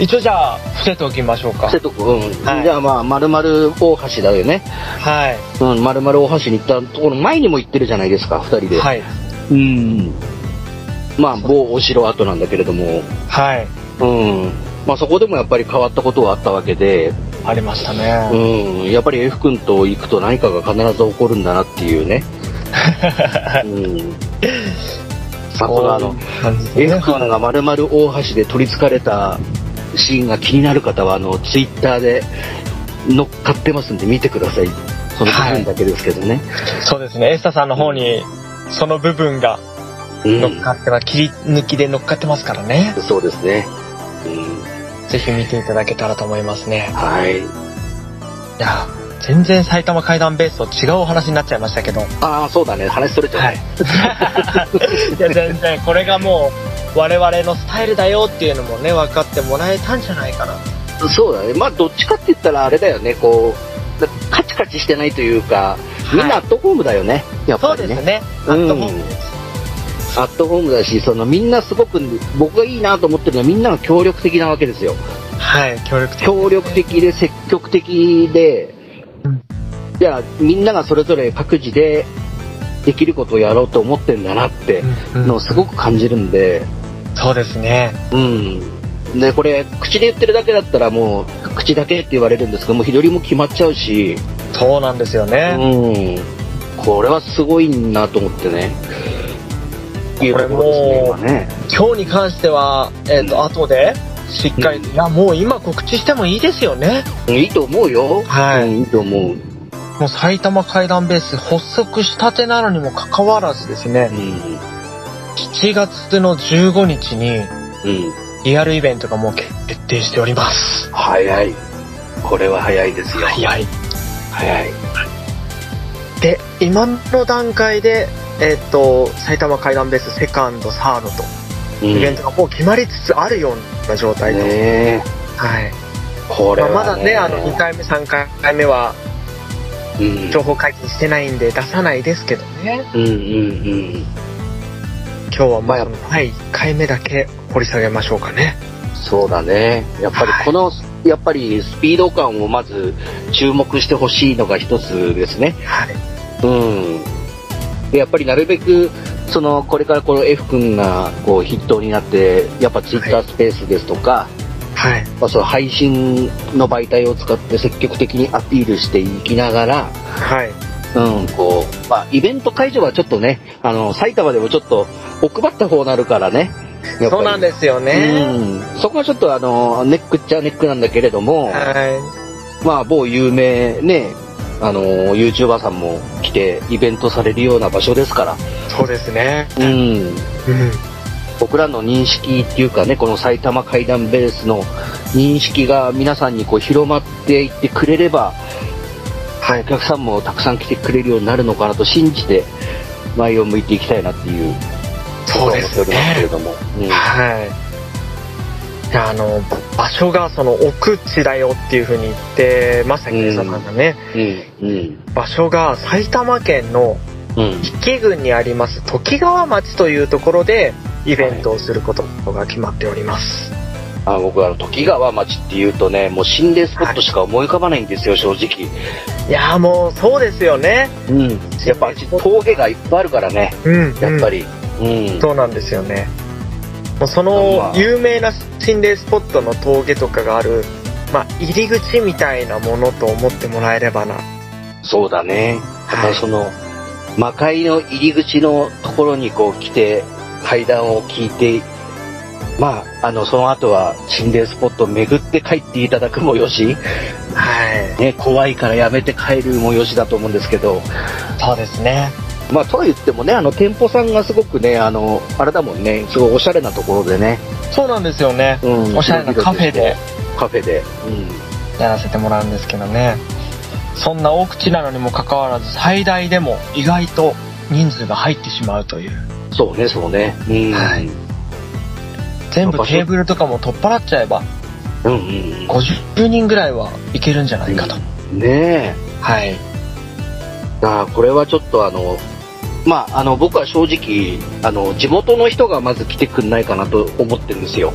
[SPEAKER 3] 一応じゃあ伏せておきましょうか
[SPEAKER 2] 瀬戸君、うん
[SPEAKER 3] はい
[SPEAKER 2] じゃあまあ、丸々大橋だよね。
[SPEAKER 3] はい
[SPEAKER 2] うん、丸々大橋に行ったところ、前にも行ってるじゃないですか、二人で。
[SPEAKER 3] はい
[SPEAKER 2] うん。まあ、某お城跡なんだけれども、
[SPEAKER 3] はい
[SPEAKER 2] うん。まあそこでもやっぱり変わったことはあったわけで、
[SPEAKER 3] ありました
[SPEAKER 2] う
[SPEAKER 3] ね、
[SPEAKER 2] ん、やっぱり F 君と行くと何かが必ず起こるんだなっていう ね。うん。まあこのあの、
[SPEAKER 3] 感じで
[SPEAKER 2] F
[SPEAKER 3] ね
[SPEAKER 2] 君が丸々大橋で取り憑かれたシーンが気になる方は、あの、ツイッターで乗っかってますんで見てください。その部分だけですけどね。
[SPEAKER 3] そうですねエスタさんの方にその部分が乗っかっては切り抜きで乗っかってますからね
[SPEAKER 2] うん。そうですね。うん。
[SPEAKER 3] ぜひ見ていただけたらと思いますね
[SPEAKER 2] はい。
[SPEAKER 3] いや全然埼玉階段ベースと違うお話になっちゃいましたけど
[SPEAKER 2] ああ、そうだね。話それちゃう。
[SPEAKER 3] はい。いや、全然、これがもう、我々のスタイルだよっていうのもね、分かってもらえたんじゃないかな。
[SPEAKER 2] そうだね、まあ、どっちかって言ったらあれだよね、こう、だカチカチしてないというか、みんなアットホームだよね、やっ
[SPEAKER 3] そ
[SPEAKER 2] ぱ
[SPEAKER 3] うで
[SPEAKER 2] り
[SPEAKER 3] す
[SPEAKER 2] ね。
[SPEAKER 3] ね。
[SPEAKER 2] うん
[SPEAKER 3] アットホームです
[SPEAKER 2] アットホームだし、そのみんなすごく、僕がいいなと思ってるのはみんなが協力的なわけですよ。
[SPEAKER 3] はい、協力的。
[SPEAKER 2] 協力的で積極的で
[SPEAKER 3] うん、
[SPEAKER 2] じゃあみんながそれぞれ各自でできることをやろうと思ってんだなって
[SPEAKER 3] うん
[SPEAKER 2] のをすごく感じるんで、
[SPEAKER 3] そうですね。
[SPEAKER 2] うん。で、これ、口で言ってるだけだったらもう、口だけって言われるんですけども、日取りも決まっちゃうし、
[SPEAKER 3] そうなんですよね。
[SPEAKER 2] うん、これはすごいなと思ってね。
[SPEAKER 3] こ
[SPEAKER 2] い
[SPEAKER 3] れも
[SPEAKER 2] うところですね、
[SPEAKER 3] 今日に関しては、えっ、
[SPEAKER 2] うん
[SPEAKER 3] と、後で、しっかり、
[SPEAKER 2] うん
[SPEAKER 3] いや、もう今告知してもいいですよね。
[SPEAKER 2] 今ね。いいと思うよ。
[SPEAKER 3] はい
[SPEAKER 2] うんいいと思う。うん。
[SPEAKER 3] もう埼玉階段ベース発足したてなのにもかかわらずですね、7月の15日に、
[SPEAKER 2] うん。
[SPEAKER 3] リアルイベントがもう決定しております。
[SPEAKER 2] 早い。これは早いですよ。
[SPEAKER 3] 早い。
[SPEAKER 2] 早い。
[SPEAKER 3] で今の段階で、えっと埼玉階段ベースセカンドサードと
[SPEAKER 2] うん
[SPEAKER 3] イベントがもう決まりつつあるような状態で、
[SPEAKER 2] ねえ
[SPEAKER 3] はい
[SPEAKER 2] これ
[SPEAKER 3] まあ
[SPEAKER 2] は、ね。
[SPEAKER 3] まだねあの2回目3回目は
[SPEAKER 2] うん
[SPEAKER 3] 情報解禁してないんで出さないですけどね
[SPEAKER 2] うんうんうん。
[SPEAKER 3] 今日はまあ第1回目だけ掘り下げましょうかね
[SPEAKER 2] そうだね。やっぱり
[SPEAKER 3] はい
[SPEAKER 2] この、やっぱりスピード感をまず注目してほしいのが一つですね。
[SPEAKER 3] はい
[SPEAKER 2] うん。でやっぱりなるべく、その、これからこの F 君が、こう、筆頭になって、やっぱツイッタースペースですとか、
[SPEAKER 3] はい
[SPEAKER 2] まあ、その配信の媒体を使って積極的にアピールしていきながら、
[SPEAKER 3] はい
[SPEAKER 2] うん、こう、まあ、イベント会場はちょっとね、あの、埼玉でもちょっと、奥まった方になるからね。やっぱり
[SPEAKER 3] そうなんですよね、
[SPEAKER 2] うん、そこはちょっとあの、ネックっちゃネックなんだけれども、
[SPEAKER 3] は
[SPEAKER 2] まあ、某有名ね、あの、YouTuber さんも来て、イベントされるような場所ですから、
[SPEAKER 3] いそうですね
[SPEAKER 2] うん、
[SPEAKER 3] うん
[SPEAKER 2] 僕らの認識っていうかねこの埼玉階段ベースの認識が皆さんにこう広まっていってくれれば、はい、お客さんもたくさん来てくれるようになるのかなと信じて前を向いていきたいなっていう
[SPEAKER 3] そうです
[SPEAKER 2] ことを思っておりますけれ
[SPEAKER 3] ね。
[SPEAKER 2] ども、うん
[SPEAKER 3] はい。であの、場所がその奥地だよっていうふうに言ってましたけど、
[SPEAKER 2] うん
[SPEAKER 3] さんがね。
[SPEAKER 2] うん
[SPEAKER 3] 場所が埼玉県の
[SPEAKER 2] うんうん
[SPEAKER 3] 比企郡にあります時計川町というところでイベントをすることが決まっております。
[SPEAKER 2] あ僕はあの時川町っていうとねもう心霊スポットしか思い浮かばないんですよ、正直、
[SPEAKER 3] い、やーもうそうですよね。
[SPEAKER 2] うん、やっぱ峠がいっぱいあるからね
[SPEAKER 3] うん、
[SPEAKER 2] やっぱ
[SPEAKER 3] り、
[SPEAKER 2] り、うん
[SPEAKER 3] そうなんですよね。もうその有名な心霊スポットの峠とかがある、まあ、入り口みたいなものと思ってもらえればな。
[SPEAKER 2] そうだねやっぱりその、魔界の入り口のところにこう来て階段を聞いてまああのその後は心霊スポットを巡って帰っていただくもよし、
[SPEAKER 3] はい。
[SPEAKER 2] ね、怖いからやめて帰るもよしだと思うんですけど
[SPEAKER 3] そうですね。
[SPEAKER 2] まあとは言ってもねあの店舗さんがすごくねあのあれだもんねすごいおしゃれなところでね、
[SPEAKER 3] そうなんですよね。
[SPEAKER 2] うん
[SPEAKER 3] おしゃれなカフェで
[SPEAKER 2] カフェで、
[SPEAKER 3] やらせてもらうんですけどねそんな大口なのにもかかわらず最大でも意外と人数が入ってしまうという
[SPEAKER 2] うん、そうねそうね、うん
[SPEAKER 3] はい全部テーブルとかも取っ払っちゃえば
[SPEAKER 2] うんうん
[SPEAKER 3] 50人ぐらいはいけるんじゃないかと、
[SPEAKER 2] うんねえ
[SPEAKER 3] はい
[SPEAKER 2] ああこれはちょっとあのまああの僕は正直あの地元の人がまず来てくんないかなと思ってるんですよ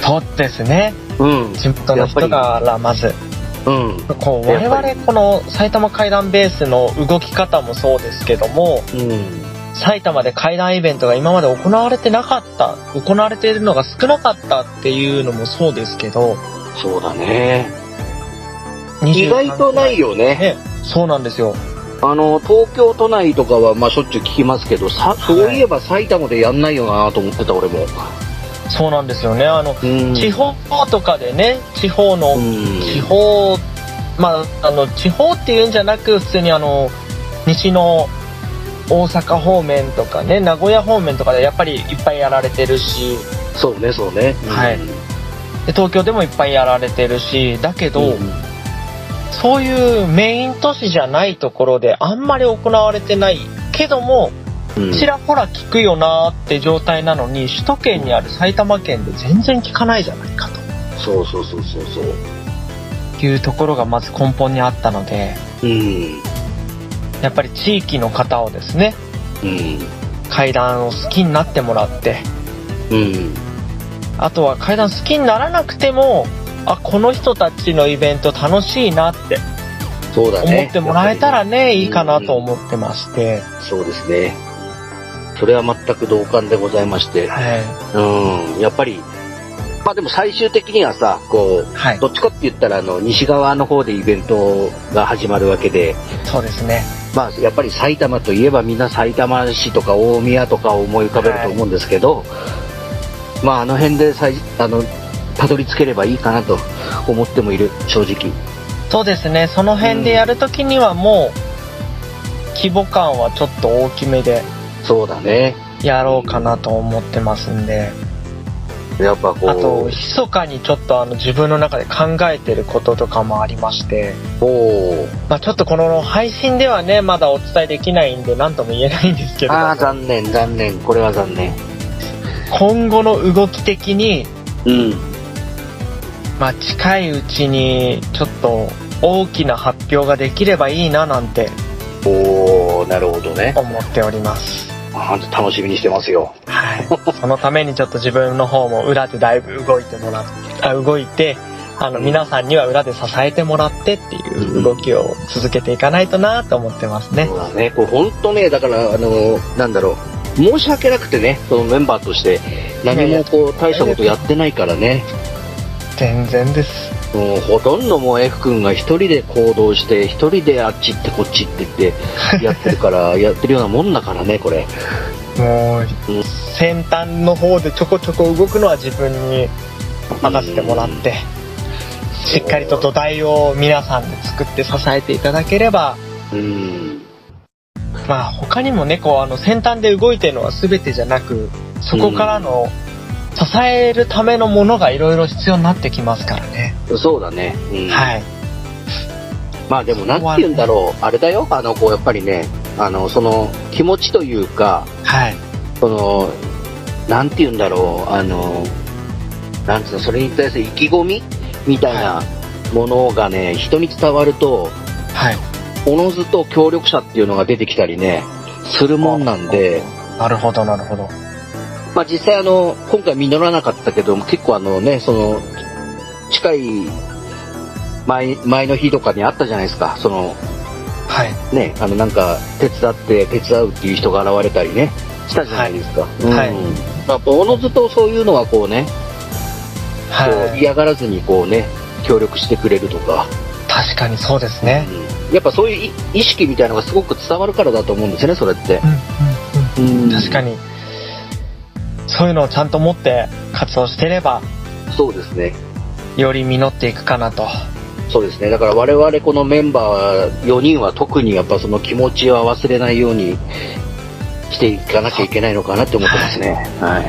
[SPEAKER 3] そうですね
[SPEAKER 2] うん
[SPEAKER 3] 地元の人からまず
[SPEAKER 2] うん
[SPEAKER 3] こう
[SPEAKER 2] やっぱり
[SPEAKER 3] 我々この埼玉階段ベースの動き方もそうですけども
[SPEAKER 2] うん
[SPEAKER 3] 埼玉で階段イベントが今まで行われてなかった行われているのが少なかったっていうのもそうですけど
[SPEAKER 2] そうだね
[SPEAKER 3] 23
[SPEAKER 2] 意外とないよね
[SPEAKER 3] ね、そうなんですよ。
[SPEAKER 2] あの東京都内とかはまあしょっちゅう聞きますけどさそういえば埼玉でやんないよなと思ってた俺も
[SPEAKER 3] そうなんですよね。あの、
[SPEAKER 2] うん
[SPEAKER 3] 地方とかでね、地方の、
[SPEAKER 2] うん
[SPEAKER 3] 地方、まあ、あの、地方っていうんじゃなく、普通にあの、西の大阪方面とかね、名古屋方面とかでやっぱりいっぱいやられてるし、
[SPEAKER 2] そうねそうね
[SPEAKER 3] はいで東京でもいっぱいやられてるし、だけど、
[SPEAKER 2] うん
[SPEAKER 3] そういうメイン都市じゃないところであんまり行われてないけども、
[SPEAKER 2] うん
[SPEAKER 3] ちらほら聞くよなーって状態なのに首都圏にある埼玉県で全然聞かないじゃないか
[SPEAKER 2] そうそうそうそうそう
[SPEAKER 3] というところがまず根本にあったので
[SPEAKER 2] うん
[SPEAKER 3] やっぱり地域の方をですね
[SPEAKER 2] うん
[SPEAKER 3] 階段を好きになってもらって
[SPEAKER 2] うん
[SPEAKER 3] あとは階段好きにならなくてもあこの人たちのイベント楽しいなって
[SPEAKER 2] そうだね
[SPEAKER 3] 思ってもらえたらねい
[SPEAKER 2] り
[SPEAKER 3] いかなと思ってまして、
[SPEAKER 2] そうですね。それは全く同感でございまして、
[SPEAKER 3] は
[SPEAKER 2] うん、やっぱり、まあでも最終的にはさ、こ
[SPEAKER 3] い、は
[SPEAKER 2] う、
[SPEAKER 3] い、
[SPEAKER 2] どっちかって言ったら、あの、西側の方でイベントが始まるわけで、
[SPEAKER 3] そうですね
[SPEAKER 2] まあやっぱり埼玉といえばみんな埼玉市とか大宮とかを思い浮かべると思うんですけど、まああの辺でさい、あの、たどり着ければいいかなと思ってもいる、正直。
[SPEAKER 3] そうですねその辺でやるときにはもう規模感はちょっと大きめで
[SPEAKER 2] そうだね。
[SPEAKER 3] やろうかなと思ってますんで
[SPEAKER 2] やっぱこう、
[SPEAKER 3] あと密かにちょっとあの自分の中で考えてることとかもありまして、
[SPEAKER 2] おー
[SPEAKER 3] まあ、ちょっとこの配信ではねまだお伝えできないんで何とも言えないんですけれど
[SPEAKER 2] ああ、残念、残念、これは残念。
[SPEAKER 3] 今後の動き的に、
[SPEAKER 2] うん。
[SPEAKER 3] まあ、近いうちにちょっと大きな発表ができればいいななんて
[SPEAKER 2] おおなるほどね
[SPEAKER 3] 思っております。
[SPEAKER 2] あー楽しみにしてますよ
[SPEAKER 3] はい、そのためにちょっと自分の方も裏でだいぶ動いてもらっあ動いてあの
[SPEAKER 2] うん
[SPEAKER 3] 皆さんには裏で支えてもらってっていう動きを続けていかないとなと思ってますね
[SPEAKER 2] そう。だねこれ本当ねだからあのーなんだろう申し訳なくてねそのメンバーとして何もこう大したことやってないからね
[SPEAKER 3] 全然です。
[SPEAKER 2] もうほとんどもう F 君が一人で行動して一人であっち行ってこっち行って ってやってるからやってるようなもんだからねこれ
[SPEAKER 3] もう
[SPEAKER 2] うん
[SPEAKER 3] 先端の方でちょこちょこ動くのは自分に任せてもらってしっかりと土台を皆さんで作って支えていただければ
[SPEAKER 2] うん
[SPEAKER 3] まあ他にもねこうあの先端で動いてるのは全てじゃなくそこからの支えるためのものがいろいろ必要になってきますからね。
[SPEAKER 2] そうだね。うん、
[SPEAKER 3] はい。
[SPEAKER 2] まあでも、なんて言うんだろう。あれだよ。あの、こう、やっぱりね、あの、その、気持ちというか、
[SPEAKER 3] はい。
[SPEAKER 2] その、なんて言うんだろう。あの、なんつうの、それに対する意気込みみたいなものがね、人に伝わると、
[SPEAKER 3] はい。
[SPEAKER 2] おのずと協力者っていうのが出てきたりね、するもんなんで、
[SPEAKER 3] なるほど、なるほど。
[SPEAKER 2] まあ実際あの、今回実らなかったけども、結構あのね、その、近い前、前の日とかにあったじゃないですか、その、
[SPEAKER 3] はい。
[SPEAKER 2] ね、あのなんか、手伝って、手伝うっていう人が現れたりね、したじゃないですか。
[SPEAKER 3] はい
[SPEAKER 2] うんまあ、おのずとそういうのはこうね、こ
[SPEAKER 3] は
[SPEAKER 2] う
[SPEAKER 3] い。
[SPEAKER 2] 嫌がらずにこうね、協力してくれるとか、
[SPEAKER 3] 確かにそうですね。
[SPEAKER 2] うんやっぱそういう意意識みたいのがすごく伝わるからだと思うんですよね、それって。
[SPEAKER 3] うん、うん、うん。
[SPEAKER 2] うん
[SPEAKER 3] 確かにそういうのをちゃんと持って活動してれば
[SPEAKER 2] そうですね。
[SPEAKER 3] より実っていくかなと
[SPEAKER 2] そうですね。だから我々このメンバー4人は特にやっぱその気持ちは忘れないようにしていかなきゃいけないのかなって思ってますね。は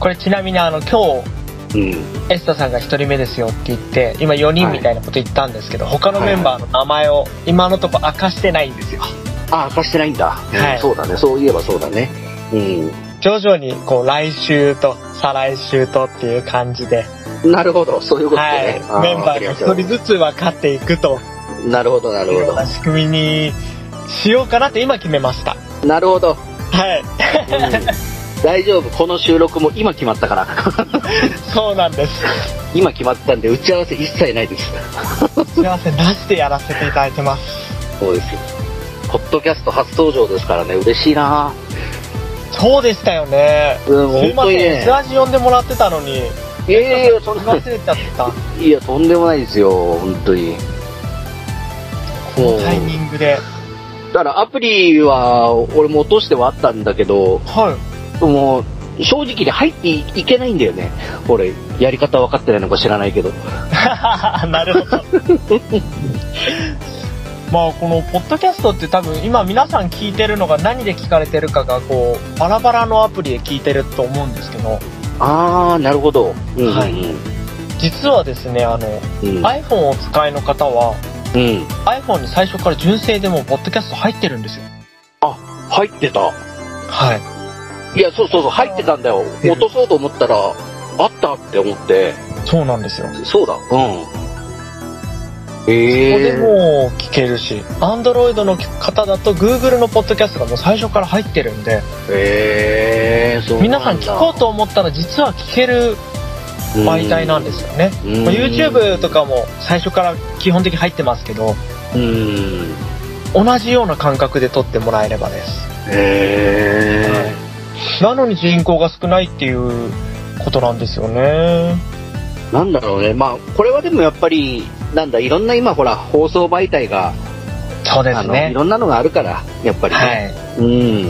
[SPEAKER 3] これちなみにあの今
[SPEAKER 2] い。うん。
[SPEAKER 3] 日エスタさんが1人目ですよって言って今4人みたいなこと言ったんですけど、他のメンバーの名前を今のところ明かしてないんですよ
[SPEAKER 2] あ、明かしてないんだ。は、
[SPEAKER 3] はいい
[SPEAKER 2] そうだね。そういえばそうだね。う
[SPEAKER 3] 徐々にこう来週と再来週とっていう感じで、
[SPEAKER 2] ん。なるほど。そういうこと
[SPEAKER 3] は
[SPEAKER 2] ね
[SPEAKER 3] い。、
[SPEAKER 2] あ
[SPEAKER 3] メンバ
[SPEAKER 2] わか
[SPEAKER 3] ー
[SPEAKER 2] り
[SPEAKER 3] が
[SPEAKER 2] ました
[SPEAKER 3] 1人ずつ分かっていくと
[SPEAKER 2] なるほど、なる
[SPEAKER 3] いうよう
[SPEAKER 2] ほ
[SPEAKER 3] な仕組みにしようかなって今決めました
[SPEAKER 2] ど。なるほど。
[SPEAKER 3] はい
[SPEAKER 2] うん大丈夫。この収録も今決まったから。
[SPEAKER 3] そうなんです
[SPEAKER 2] 今決まったんで打ち合わせ一切ないです。
[SPEAKER 3] すいませんなしでやらせていただいてます
[SPEAKER 2] そうですよ。ポッドキャスト初登場ですからね、嬉しいな
[SPEAKER 3] そうでしたよね。
[SPEAKER 2] うん、
[SPEAKER 3] すい
[SPEAKER 2] 本
[SPEAKER 3] ま
[SPEAKER 2] 当に
[SPEAKER 3] せん、
[SPEAKER 2] ね
[SPEAKER 3] ス。ラジ呼んでもらってたのに、
[SPEAKER 2] いやいや、そんな
[SPEAKER 3] 忘れちゃった。こ
[SPEAKER 2] いや、とんでもないですよ、本当に。も
[SPEAKER 3] の
[SPEAKER 2] う
[SPEAKER 3] タイミングで。
[SPEAKER 2] だからアプリは、俺も落としてはあったんだけど、
[SPEAKER 3] はい。
[SPEAKER 2] もう、正直で入っていいけないんだよね。俺、やり方分かってないのか知らないけど。
[SPEAKER 3] なるほど。まあ、このポッドキャストって多分今皆さん聞いてるのが何で聞かれてるかがこうバラバラのアプリで聞いてると思うんですけど
[SPEAKER 2] あー、なるほど。うん、
[SPEAKER 3] はい
[SPEAKER 2] い。
[SPEAKER 3] 実はですねあの
[SPEAKER 2] うん。
[SPEAKER 3] iPhone をお使いの方は
[SPEAKER 2] うん。
[SPEAKER 3] iPhone に最初から純正でもうポッドキャスト入ってるんですよ
[SPEAKER 2] 入ってた。
[SPEAKER 3] はい
[SPEAKER 2] いや、そうそうそう、入ってたんだよ。
[SPEAKER 3] うん
[SPEAKER 2] 落とそうと思ったら、あったって思って。
[SPEAKER 3] そうなんですよ
[SPEAKER 2] そうだ。うん。え
[SPEAKER 3] ここで
[SPEAKER 2] え
[SPEAKER 3] もう聞けるし、Android の方だと Google のポッドキャストがもう最初から入ってるんで、
[SPEAKER 2] ええそう
[SPEAKER 3] 皆さん聞こうと思ったら実は聞ける
[SPEAKER 2] う。
[SPEAKER 3] 媒体なんですすよね。
[SPEAKER 2] うん
[SPEAKER 3] まあ YouTube とかも最初から基本的に入ってますけど、
[SPEAKER 2] うん。
[SPEAKER 3] 同じような感覚で撮ってもらえればです。
[SPEAKER 2] へ
[SPEAKER 3] なのに人口が少ないっていうことなんですよね。
[SPEAKER 2] えなんだろうねまあこれはでもやっぱりなんだいろんな今ほら放送媒体が、
[SPEAKER 3] そうで
[SPEAKER 2] あ
[SPEAKER 3] す
[SPEAKER 2] のい
[SPEAKER 3] ね。
[SPEAKER 2] ろんなのがあるからやっぱりね、う
[SPEAKER 3] はい。
[SPEAKER 2] ん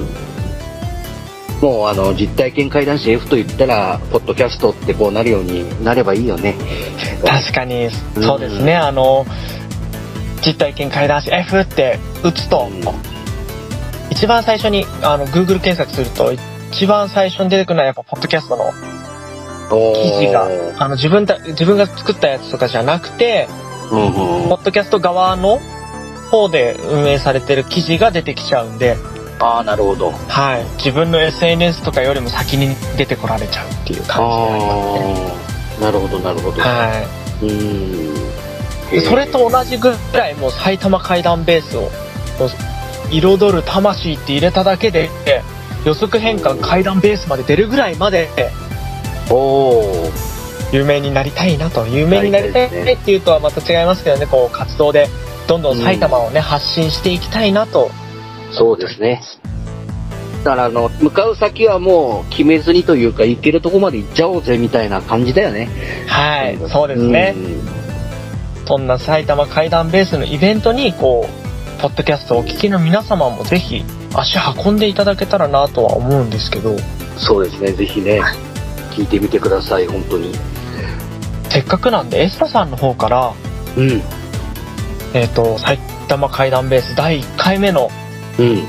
[SPEAKER 2] もうあの実体験会談師 F と言ったらポッドキャストってこうなるようになればいいよね
[SPEAKER 3] 確かに、そうですね。あの、実体験会談し F って打つと、一番最初にあの Google 検索すると一番最初に出てくるのはやっぱポッドキャストの記事があの自分た自分が作ったやつとかじゃなくて
[SPEAKER 2] うんうん
[SPEAKER 3] ポッドキャスト側の方で運営されてる記事が出てきちゃうんで、
[SPEAKER 2] ああなるほど
[SPEAKER 3] はい、自分の SNS とかよりも先に出てこられちゃうっていう感じになりますね。
[SPEAKER 2] ああなるほどなるほど、
[SPEAKER 3] は
[SPEAKER 2] うん
[SPEAKER 3] い、でそれと同じぐらいもう埼玉階段ベースをもう彩る魂って入れただけで予測変換階段ベースまで出るぐらいまで
[SPEAKER 2] おお
[SPEAKER 3] 有名になりたいなと有名になりたい
[SPEAKER 2] なりたいです
[SPEAKER 3] っていうとはまた違いますけどねこう活動でどんどん埼玉をね、発信していきたいなと
[SPEAKER 2] そうですね。だからあの、向かう先はもう決めずにというか、行けるとこまで行っちゃおうぜみたいな感じだよね。
[SPEAKER 3] はいそうですね、そんな埼玉怪談ベースのイベントにこうポッドキャストをお聞きの皆様もぜひ足運んでいただけたらなとは思うんですけど
[SPEAKER 2] うん。そうですね、ぜひね、聞いてみてください、本当に。
[SPEAKER 3] せっかくなんでエスタさんの方から、
[SPEAKER 2] うん。
[SPEAKER 3] えっと埼玉怪談ベース第1回目の
[SPEAKER 2] うん。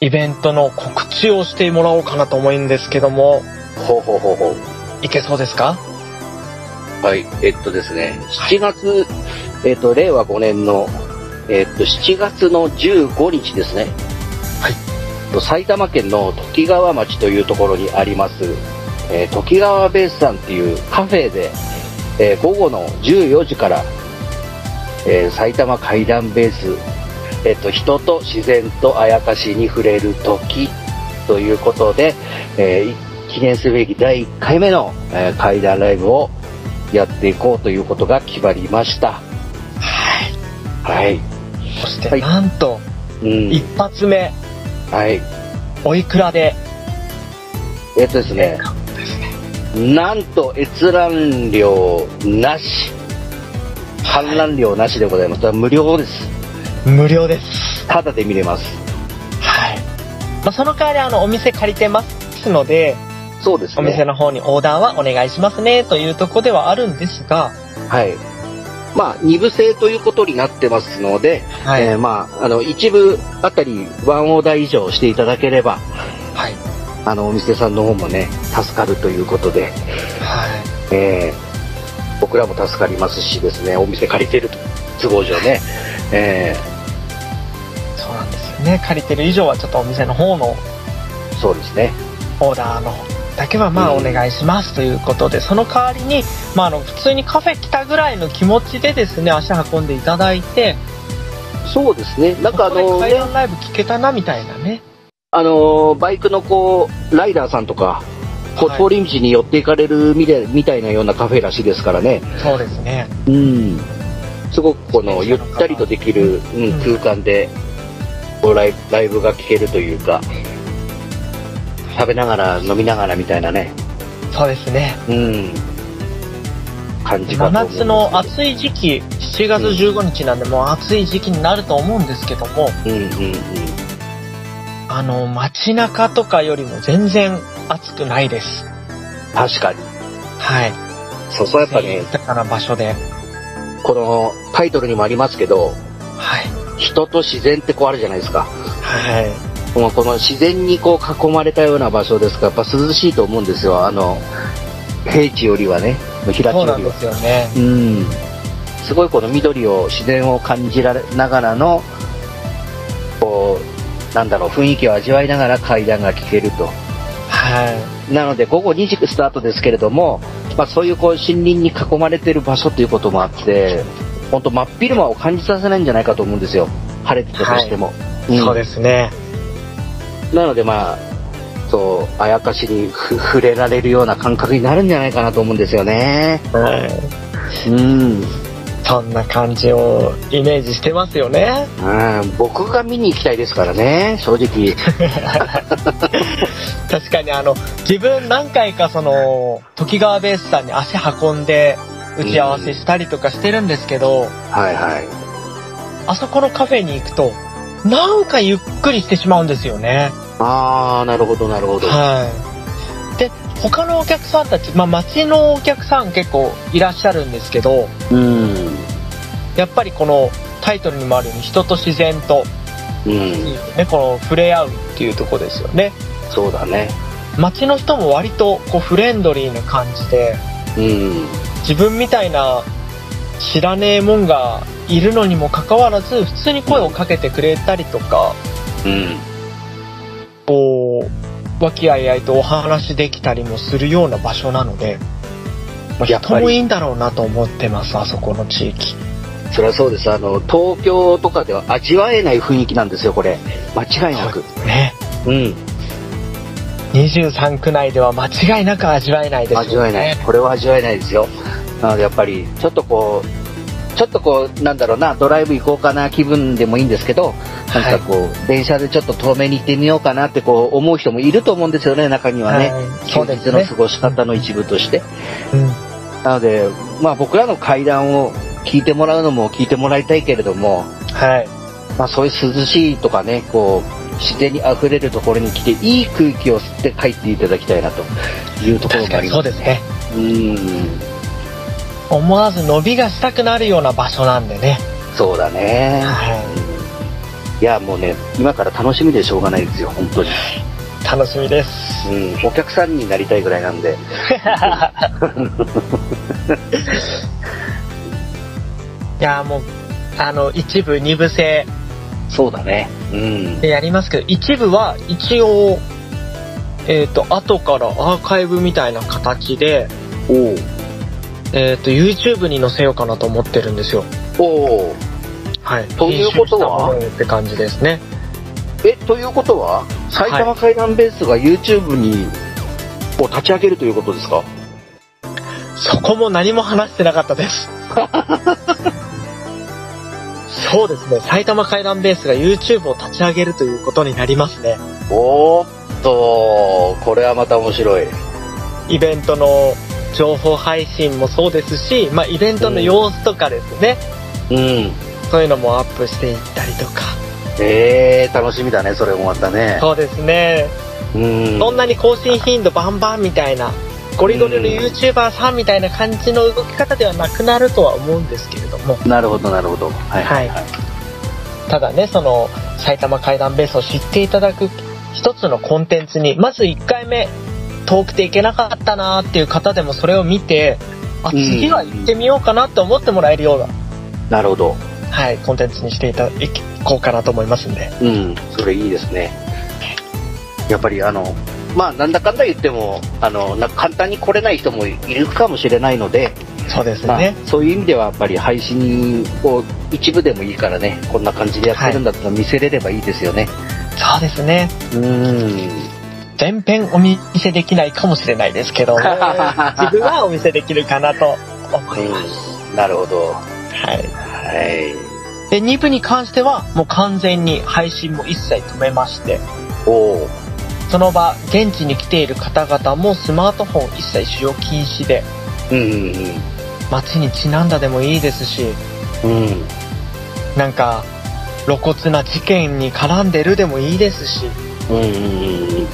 [SPEAKER 3] イベントの告知をしてもらおうかなと思うんですけども、
[SPEAKER 2] ほうほうほうほう。
[SPEAKER 3] いけそうですか
[SPEAKER 2] はい、えっとですね、7月、えっと、令和5年の、えっと、7月の15日ですね。
[SPEAKER 3] はい
[SPEAKER 2] えっと。埼玉県のときがわ町というところにあります、えー、ときがわベースさんっていうカフェで、えー午後の14時から、えー埼玉階段ベース、えっと、人と自然とあやかしに触れる時ということで、えー記念すべき第1回目の、えー階段ライブをやっていこうということが決まりました。
[SPEAKER 3] はい。
[SPEAKER 2] はい。
[SPEAKER 3] そして、
[SPEAKER 2] はい
[SPEAKER 3] なんと、
[SPEAKER 2] うん
[SPEAKER 3] 一。発目、
[SPEAKER 2] はい。
[SPEAKER 3] おいくらで、
[SPEAKER 2] えっとですね、なんと閲覧料なし。観覧料なしでございます。無料です。
[SPEAKER 3] 無料です。
[SPEAKER 2] ただで見れます。
[SPEAKER 3] はい。まあ、その代わり、あの、お店借りてますので、
[SPEAKER 2] そうですね。
[SPEAKER 3] お店の方にオーダーはお願いしますね、というとこではあるんですが、
[SPEAKER 2] はい。まあ、二部制ということになってますので、
[SPEAKER 3] はい。
[SPEAKER 2] えーまあ、あの、一部あたりワンオーダー以上していただければ、
[SPEAKER 3] はい。
[SPEAKER 2] あの、お店さんの方もね、助かるということで、
[SPEAKER 3] はい。
[SPEAKER 2] えー僕らも助かりますしですね、お店借りてる都合上ね、え
[SPEAKER 3] そうなんですよね。借りてる以上は、ちょっとお店の方の
[SPEAKER 2] ーそうですね。
[SPEAKER 3] オーダーのだけはまあお
[SPEAKER 2] うん
[SPEAKER 3] 願いしますということで、その代わりに、まあ、あの普通にカフェ来たぐらいの気持ちでですね足運んでいただいて
[SPEAKER 2] そうですね。なんかあ
[SPEAKER 3] ここ
[SPEAKER 2] の、
[SPEAKER 3] で階
[SPEAKER 2] ね、
[SPEAKER 3] 段ライブ聞けたなみたいなね
[SPEAKER 2] あのーバイクのこう、ライダーさんとか、こう、
[SPEAKER 3] はい
[SPEAKER 2] 通り道に寄っていかれるみたいみたいなようなカフェらしいですからね。
[SPEAKER 3] そうですね
[SPEAKER 2] うん。すごくこの、ゆったりとできる、うん
[SPEAKER 3] うん
[SPEAKER 2] 空間で、こうライブ、ライブが聴けるというか、食べながら、飲みながらみたいなね、
[SPEAKER 3] そうですね
[SPEAKER 2] うん、感じか
[SPEAKER 3] 真
[SPEAKER 2] と思うんですけ
[SPEAKER 3] 夏
[SPEAKER 2] ど
[SPEAKER 3] の暑い時期7月15日なんでもう暑い時期になると思うんですけども
[SPEAKER 2] うんうんうん。
[SPEAKER 3] あの街中とかよりも全然暑くないです
[SPEAKER 2] 確かに。
[SPEAKER 3] はい
[SPEAKER 2] そう、そうやっぱね、
[SPEAKER 3] 豊かな場所で
[SPEAKER 2] このタイトルにもありますけど、
[SPEAKER 3] はい
[SPEAKER 2] 人と自然ってこうあるじゃないですか。
[SPEAKER 3] はい
[SPEAKER 2] もうこの自然にこう囲まれたような場所ですから、やっぱ涼しいと思うんですよ。あの、平地よりはね、平地
[SPEAKER 3] そう
[SPEAKER 2] よ
[SPEAKER 3] なん
[SPEAKER 2] り
[SPEAKER 3] で
[SPEAKER 2] は。
[SPEAKER 3] すよね
[SPEAKER 2] うん。すごいこの緑を、自然を感じられながらの、こう、なんだろう、雰囲気を味わいながら階段が聞けると。
[SPEAKER 3] は
[SPEAKER 2] なので午後2時スタートですけれども、まあ、そういうこう森林に囲まれている場所ということもあって、本当真っ昼間を感じさせないんじゃないかと思うんですよ。晴れてたとしても。
[SPEAKER 3] い、
[SPEAKER 2] うん
[SPEAKER 3] そうですね
[SPEAKER 2] なのでまあ、そう、あやかしにふ触れられるような感覚になるんじゃないかなと思うんですよね。
[SPEAKER 3] はい
[SPEAKER 2] うん。
[SPEAKER 3] そんな感じをイメージしてますよね。
[SPEAKER 2] うん、僕が見に行きたいですからね、正直。
[SPEAKER 3] 確かにあの、自分何回かその、時川ベースさんに足運んで打ち合わせしたりとかしてるんですけど、
[SPEAKER 2] はいはい。
[SPEAKER 3] あそこのカフェに行くと、なんかゆっくりしてしまうんですよね。
[SPEAKER 2] あー、なるほどなるほど。
[SPEAKER 3] はい。で、他のお客さんたち、まあ街のお客さん結構いらっしゃるんですけど、
[SPEAKER 2] うん。
[SPEAKER 3] やっぱりこのタイトルにもあるように人と自然と、
[SPEAKER 2] うん。
[SPEAKER 3] ね、この触れ合うっていうとこですよね。
[SPEAKER 2] そうだね。
[SPEAKER 3] 街の人も割とこうフレンドリーな感じで
[SPEAKER 2] うん。
[SPEAKER 3] 自分みたいな知らねえもんがいるのにもかかわらず普通に声をかけてくれたりとか
[SPEAKER 2] うん。
[SPEAKER 3] こう和気あいあいとお話できたりもするような場所なので、まあ、
[SPEAKER 2] やっぱり
[SPEAKER 3] 人もいいんだろうなと思ってますあそこの地域
[SPEAKER 2] それはそうです。あの、東京とかでは味わえない雰囲気なんですよ、これ。間違いなく。
[SPEAKER 3] ね
[SPEAKER 2] うん。
[SPEAKER 3] 23区内では間違いなく味わえないですよね
[SPEAKER 2] 味わえない。これは味わえないですよ。なのでやっぱり、ちょっとこう、ちょっとこう、なんだろうな、ドライブ行こうかな気分でもいいんですけど、
[SPEAKER 3] はい
[SPEAKER 2] なんかこう、電車でちょっと遠めに行ってみようかなってこう、思う人もいると思うんですよね、中にはね。
[SPEAKER 3] はい
[SPEAKER 2] 休
[SPEAKER 3] そうです
[SPEAKER 2] 日の
[SPEAKER 3] ね
[SPEAKER 2] 過、ごし方の一部として。
[SPEAKER 3] うん
[SPEAKER 2] なので、まあ僕らの会談を聞いてもらうのも聞いてもらいたいけれども、
[SPEAKER 3] はい
[SPEAKER 2] まあそういう涼しいとかね、こう、自然に溢れるところに来て、いい空気を吸って帰っていただきたいなというところ
[SPEAKER 3] 確
[SPEAKER 2] も
[SPEAKER 3] か
[SPEAKER 2] ありま
[SPEAKER 3] に
[SPEAKER 2] す。
[SPEAKER 3] そうですね
[SPEAKER 2] うん。
[SPEAKER 3] 思わず伸びがしたくなるような場所なんでね
[SPEAKER 2] そうだね。
[SPEAKER 3] は
[SPEAKER 2] いや、もうね、今から楽しみでしょうがないですよ、本当に。
[SPEAKER 3] 楽しみです。
[SPEAKER 2] うん、お客さんになりたいぐらいなんで。
[SPEAKER 3] いやーもう、あの、一部、二部制
[SPEAKER 2] そうだね。うん。
[SPEAKER 3] でやりますけど、一部は一応、えっ、と、後からアーカイブみたいな形で、
[SPEAKER 2] お
[SPEAKER 3] えっ、と、YouTube に載せようかなと思ってるんですよ。
[SPEAKER 2] おおう
[SPEAKER 3] はい。
[SPEAKER 2] ということは
[SPEAKER 3] 編集したものって感じですね。
[SPEAKER 2] え、ということは、埼玉階段ベースが YouTube に、を立ち上げるということですか
[SPEAKER 3] そこも何も話してなかっ たです。そうですね。埼玉階段ベースが YouTube を立ち上げるということになりますね。
[SPEAKER 2] おーっと、これはまた面白い。
[SPEAKER 3] イベントの情報配信もそうですし、まあ、イベントの様子とかですね、
[SPEAKER 2] うん。
[SPEAKER 3] そういうのもアップしていったりとか。
[SPEAKER 2] えー、楽しみだね、それもまたね。
[SPEAKER 3] そうですね。
[SPEAKER 2] うん。
[SPEAKER 3] そんなに更新頻度バンバンみたいな、ゴリゴリの YouTuber さんみたいな感じの動き方ではなくなるとは思うんですけれども、
[SPEAKER 2] なるほど、なるほど。はいはいはい。
[SPEAKER 3] ただね、その、埼玉階段ベースを知っていただく一つのコンテンツに、まず1回目、遠くて行けなかったなーっていう方でもそれを見て、あ、
[SPEAKER 2] うん
[SPEAKER 3] 次は行ってみようかなって思ってもらえるような、
[SPEAKER 2] なるほど。
[SPEAKER 3] はい、コンテンツにしていただいこうかなと思いますんで。
[SPEAKER 2] うん、それいいですね。やっぱりあの、まあ、なんだかんだ言っても、あの、な簡単に来れない人もいるかもしれないので、
[SPEAKER 3] そうです
[SPEAKER 2] まあ
[SPEAKER 3] ね。、
[SPEAKER 2] そういう意味ではやっぱり配信を一部でもいいからね、こんな感じでやってるんだってのを見せれればいいですよね。
[SPEAKER 3] そうですね。
[SPEAKER 2] うん。
[SPEAKER 3] 全編お見せできないかもしれないです けど、自分はお見せできるかなと思います。
[SPEAKER 2] うんなるほど。
[SPEAKER 3] はい。
[SPEAKER 2] はい。
[SPEAKER 3] で、2部に関しては、もう完全に配信も一切止めまして、
[SPEAKER 2] おー
[SPEAKER 3] その場、現地に来ている方々もスマートフォン一切使用禁止で、
[SPEAKER 2] うん
[SPEAKER 3] 街にちなんだでもいいですし、
[SPEAKER 2] うんうん。うん。
[SPEAKER 3] なんか、露骨な事件に絡んでるでもいいですし、
[SPEAKER 2] うんうんうん。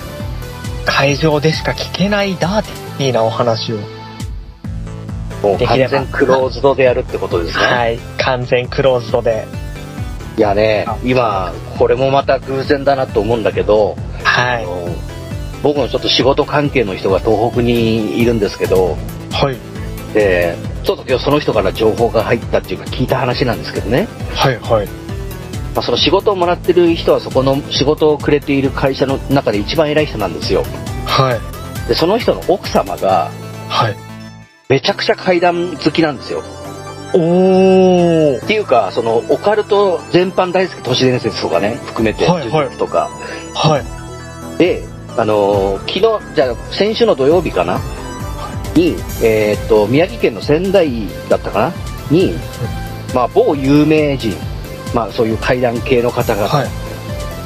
[SPEAKER 3] 会場でしか聞けないダーティーなお話を、
[SPEAKER 2] もう
[SPEAKER 3] でき
[SPEAKER 2] 完
[SPEAKER 3] れば
[SPEAKER 2] 全クローズドでやるってことですね。
[SPEAKER 3] はい、完全クローズドで、
[SPEAKER 2] いやね、今、これもまた偶然だなと思うんだけど、
[SPEAKER 3] は
[SPEAKER 2] あ
[SPEAKER 3] い、
[SPEAKER 2] の僕のちょっと仕事関係の人が東北にいるんですけど、
[SPEAKER 3] はい、
[SPEAKER 2] で、ちょっと今日その人から情報が入ったっていうか聞いた話なんですけどね、
[SPEAKER 3] はい、はい、
[SPEAKER 2] まあ、その仕事をもらってる人はそこの仕事をくれている会社の中で一番偉い人なんですよ。
[SPEAKER 3] はい、
[SPEAKER 2] で、その人の奥様が
[SPEAKER 3] はい。
[SPEAKER 2] めちゃくちゃ階段好きなんですよ。
[SPEAKER 3] おー、
[SPEAKER 2] っていうか、そのオカルト全般大好き都市伝説とかね、含めて、
[SPEAKER 3] はいはい
[SPEAKER 2] 呪術とか。
[SPEAKER 3] はい、
[SPEAKER 2] で、あのー昨日、じゃあ先週の土曜日かなに、えーっと、宮城県の仙台だったかなに、まあ、某有名人、まあ、そういう階段系の方が、
[SPEAKER 3] はい、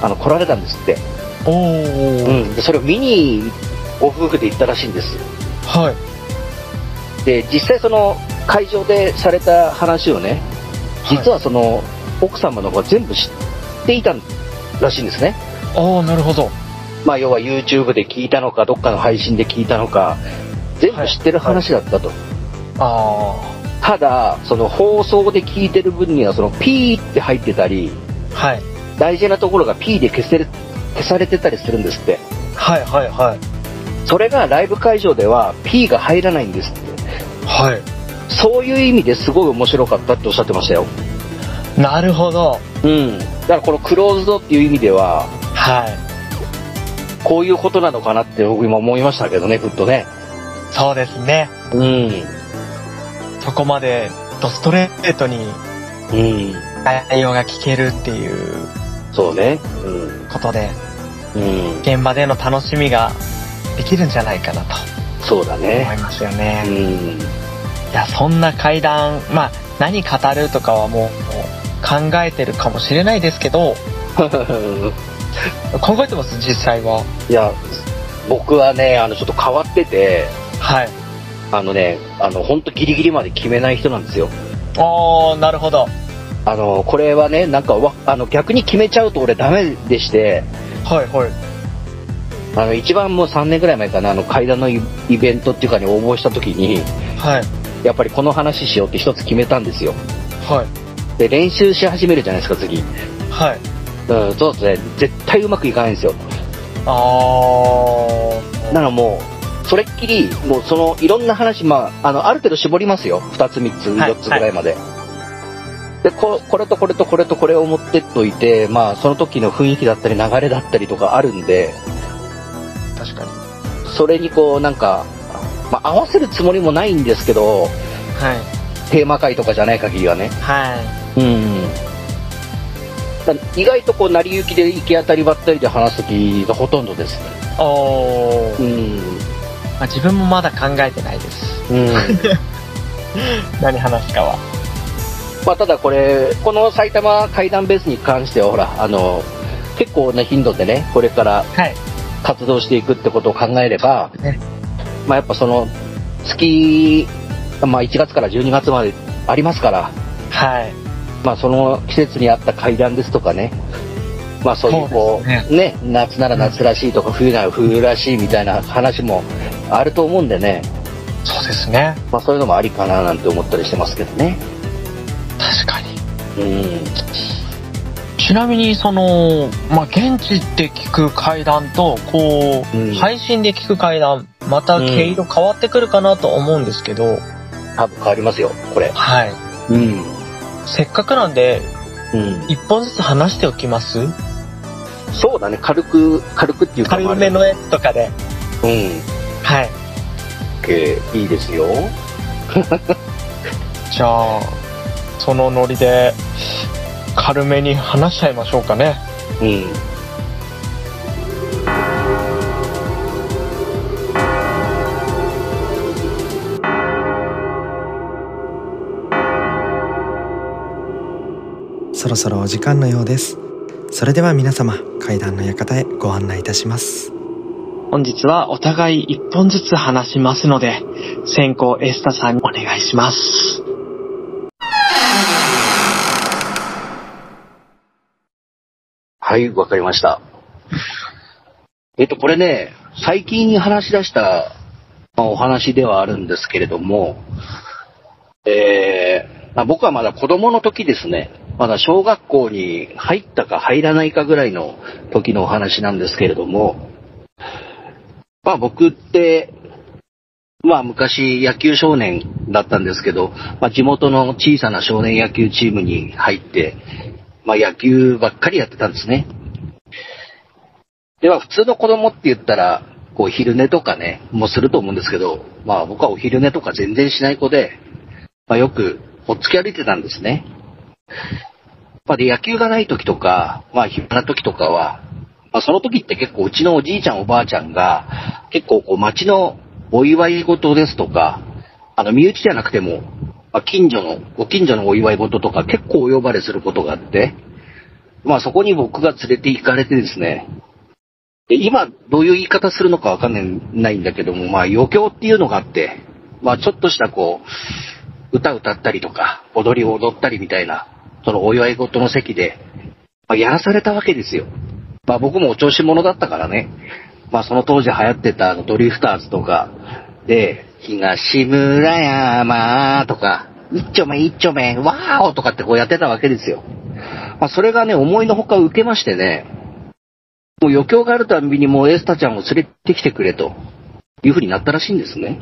[SPEAKER 2] あの、来られたんですって。
[SPEAKER 3] おー、
[SPEAKER 2] うん。で、それを見に、ご夫婦で行ったらしいんです。
[SPEAKER 3] はい、
[SPEAKER 2] で、実際その、会場でされた話をね、実
[SPEAKER 3] は
[SPEAKER 2] はその、奥様の方が全部知っていたらしいんですね。
[SPEAKER 3] い、あー、なるほど。
[SPEAKER 2] まあ、要は YouTube で聞いたのか、どっかの配信で聞いたのか、全部知ってる話だったと。
[SPEAKER 3] あ
[SPEAKER 2] ただ、その放送で聞いてる分には、そのピーって入ってたり、
[SPEAKER 3] ー、はい、
[SPEAKER 2] 大事なところがピーで消せる、消されてたりするんですって。
[SPEAKER 3] はい、はい、はい、
[SPEAKER 2] それがライブ会場ではピーが入らないんですって。
[SPEAKER 3] はい。
[SPEAKER 2] そういう意味ですごい面白かったっておっしゃってましたよ。
[SPEAKER 3] なるほど。
[SPEAKER 2] うん。だからこのクローズドっていう意味では、
[SPEAKER 3] はい、
[SPEAKER 2] こういうことなのかなって僕今思いましたけどね、ふっとね。
[SPEAKER 3] そうですね。
[SPEAKER 2] うん。
[SPEAKER 3] そこまで、ドストレートに
[SPEAKER 2] うん。
[SPEAKER 3] 内容が聞けるっていう
[SPEAKER 2] そうね。
[SPEAKER 3] ことで、
[SPEAKER 2] うん。うん。
[SPEAKER 3] 現場での楽しみができるんじゃないかなと
[SPEAKER 2] そうだ
[SPEAKER 3] 思い
[SPEAKER 2] ね。
[SPEAKER 3] ますよ
[SPEAKER 2] う
[SPEAKER 3] ね。
[SPEAKER 2] ん。
[SPEAKER 3] いや、そんな階段、まあ、何語るとかはもう、考えてるかもしれないですけど、考えてます実際は。
[SPEAKER 2] いや、僕はね、あの、ちょっと変わってて、
[SPEAKER 3] はい。
[SPEAKER 2] あのね、あの、本当ギリギリまで決めない人なんですよ。
[SPEAKER 3] おー、なるほど。
[SPEAKER 2] あの、これはね、なんかわ、あの、逆に決めちゃうと俺ダメでして、
[SPEAKER 3] はい、はい。
[SPEAKER 2] あの、一番もう3年ぐらい前かな、あの、階段のイイベントっていうかに応募した時に、
[SPEAKER 3] はい。
[SPEAKER 2] やっぱりこの話しようって一つ決めたんですよ。
[SPEAKER 3] はい。
[SPEAKER 2] で、練習し始めるじゃないですか、次。
[SPEAKER 3] はい。
[SPEAKER 2] うん、そうですね。絶対うまくいかないんですよ。
[SPEAKER 3] あー。
[SPEAKER 2] ならもう、それっきり、もうその、いろんな話、まあ、あの、ある程度絞りますよ。2つ、3つ、
[SPEAKER 3] はい
[SPEAKER 2] 4つぐらいまで。でこ、これとこれとこれとこれを持ってっといて、まあ、その時の雰囲気だったり流れだったりとかあるんで、
[SPEAKER 3] 確かに。
[SPEAKER 2] それにこう、なんか、まあ、合わせるつもりもないんですけど、
[SPEAKER 3] はい。
[SPEAKER 2] テーマ会とかじゃない限りはね。
[SPEAKER 3] は
[SPEAKER 2] うん。だ意外とこう、成り行きで行き当たりばったりで話す時がほとんどですね。
[SPEAKER 3] い。お
[SPEAKER 2] う
[SPEAKER 3] ー。
[SPEAKER 2] ん。
[SPEAKER 3] まあ、自分もまだ考えてないです。
[SPEAKER 2] うん。
[SPEAKER 3] 何話すかは。
[SPEAKER 2] まあ、ただこれ、この埼玉階段ベースに関しては、ほら、あの、結構な頻度でね、これから
[SPEAKER 3] はい。
[SPEAKER 2] 活動していくってことを考えれば、
[SPEAKER 3] ね
[SPEAKER 2] まあやっぱその、月、まあ1月から12月までありますから、
[SPEAKER 3] はい。
[SPEAKER 2] まあその季節に合った階段ですとかね、まあそういうこう、
[SPEAKER 3] そうで
[SPEAKER 2] ね、夏なら夏らしいとか、冬なら冬らしいみたいな話もあると思うんでね、
[SPEAKER 3] そうですね。
[SPEAKER 2] まあそういうのもありかななんて思ったりしてますけどね。
[SPEAKER 3] 確かに。
[SPEAKER 2] うん。
[SPEAKER 3] ちなみに、その、まあ、現地で聞く階段と、こう、
[SPEAKER 2] うん
[SPEAKER 3] 配信で聞く階段、また
[SPEAKER 2] うん
[SPEAKER 3] 毛色変わってくるかなと思うんですけど、
[SPEAKER 2] 多分変わりますよ、これ。
[SPEAKER 3] はい。
[SPEAKER 2] うん。
[SPEAKER 3] せっかくなんで、
[SPEAKER 2] うん。
[SPEAKER 3] 一本ずつ話しておきます
[SPEAKER 2] そうだね、軽く、軽くっていうか、
[SPEAKER 3] 軽めのやつとかで。
[SPEAKER 2] あれ。うん。
[SPEAKER 3] はい。
[SPEAKER 2] OK いいですよ。
[SPEAKER 3] じゃあ、そのノリで、軽めに話しちゃいましょうかね。
[SPEAKER 2] うん。
[SPEAKER 1] そろそろお時間のようですそれでは皆様階段の館へご案内いたします
[SPEAKER 3] 本日はお互い一本ずつ話しますので、先行エスタさんにお願いします。
[SPEAKER 2] はい、わかりました。えっと、これね、最近話し出した、まあお話ではあるんですけれども、えーまあ、僕はまだ子供の時ですね、まだ小学校に入ったか入らないかぐらいの時のお話なんですけれども、まあ僕って、まあ昔野球少年だったんですけど、まあ地元の小さな少年野球チームに入って、まあ野球ばっかりやってたんですね。では普通の子供って言ったら、こう昼寝とかね、もうすると思うんですけど、まあ僕はお昼寝とか全然しない子で、まあよくほっつき歩いてたんですね。まあで野球がない時とか、まあ暇な時とかは、まあその時って結構うちのおじいちゃんおばあちゃんが、結構こう町のお祝い事ですとか、あの身内じゃなくても、まあ近所の、ご近所のお祝い事とか結構お呼ばれすることがあって、まあそこに僕が連れて行かれてですね、で今どういう言い方するのかわかんないないんだけども、まあ余興っていうのがあって、まあちょっとしたこう、歌歌ったりとか、踊りを踊ったりみたいな、そのお祝い事の席で、まあ、やらされたわけですよ。まあ僕もお調子者だったからね、まあその当時流行ってたあのドリフターズとか、で、東村山とか、一丁目一丁目、わーおとかってこうやってたわけですよ。まあそれがね、思いのほか受けましてね、もう余興があるたんびにもうエースタちゃんを連れてきてくれというふうになったらしいんですね。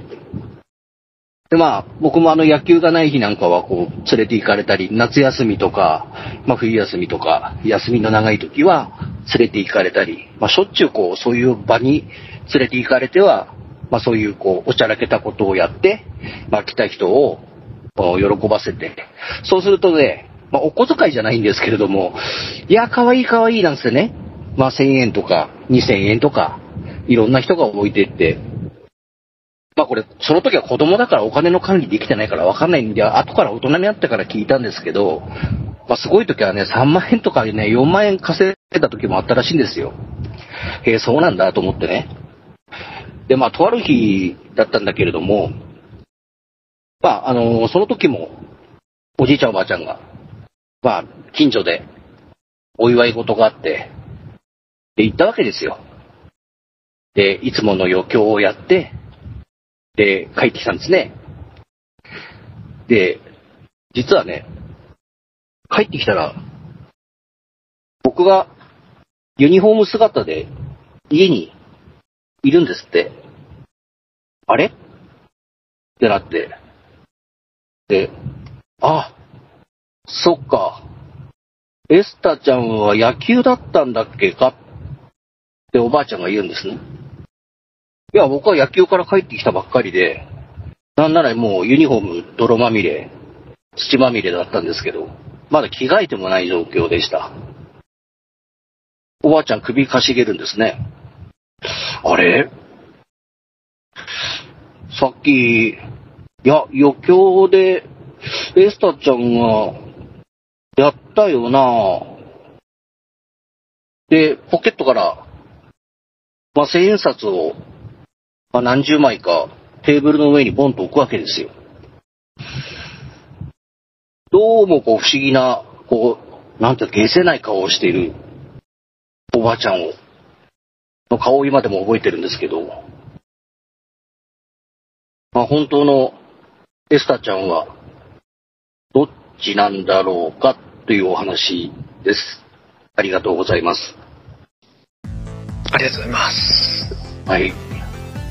[SPEAKER 2] で、まあ、僕もあの野球がない日なんかはこう連れて行かれたり、夏休みとか、まあ冬休みとか、休みの長い時は連れて行かれたり、まあしょっちゅうこうそういう場に連れて行かれては、まあそういうこうおちゃらけたことをやって、まあ来た人をお喜ばせて、そうするとね、まあ、お小遣いじゃないんですけれども、いや、可愛い可愛いなんつってね、まあ、1000円とか2000円とか、いろんな人が置いてって、まあこれ、その時は子供だからお金の管理できてないからわかんないんで、後から大人になってから聞いたんですけど、まあすごい時はね、3万円とかね、4万円稼いだ時もあったらしいんですよ。へえ、そうなんだと思ってね。で、まあ、とある日だったんだけれども、まあ、あのその時も、おじいちゃんおばあちゃんが、まあ、近所で、お祝い事があって、で、行ったわけですよ。で、いつもの余興をやって、で、帰ってきたんですね。で、実はね、帰ってきたら、僕がユニフォーム姿で家にいるんですって。あれってなって。で、あ、そっか。エスタちゃんは野球だったんだっけかっておばあちゃんが言うんですね。いや、僕は野球から帰ってきたばっかりで、なんならもうユニフォーム泥まみれ、土まみれだったんですけど、まだ着替えてもない状況でした。おばあちゃん首かしげるんですね。あれさっき、いや、余興で、エスタちゃんが、やったよなで、ポケットから、まあ、千円札を、まあ、何十枚か、テーブルの上にボンと置くわけですよ。どうもこう不思議な、こう、なんていうか消せない顔をしているおばあちゃんを、の顔を今でも覚えてるんですけど、まあ、本当のエスタちゃんは、どっちなんだろうかというお話です。ありがとうございます。
[SPEAKER 4] ありがとうございます。
[SPEAKER 2] はい。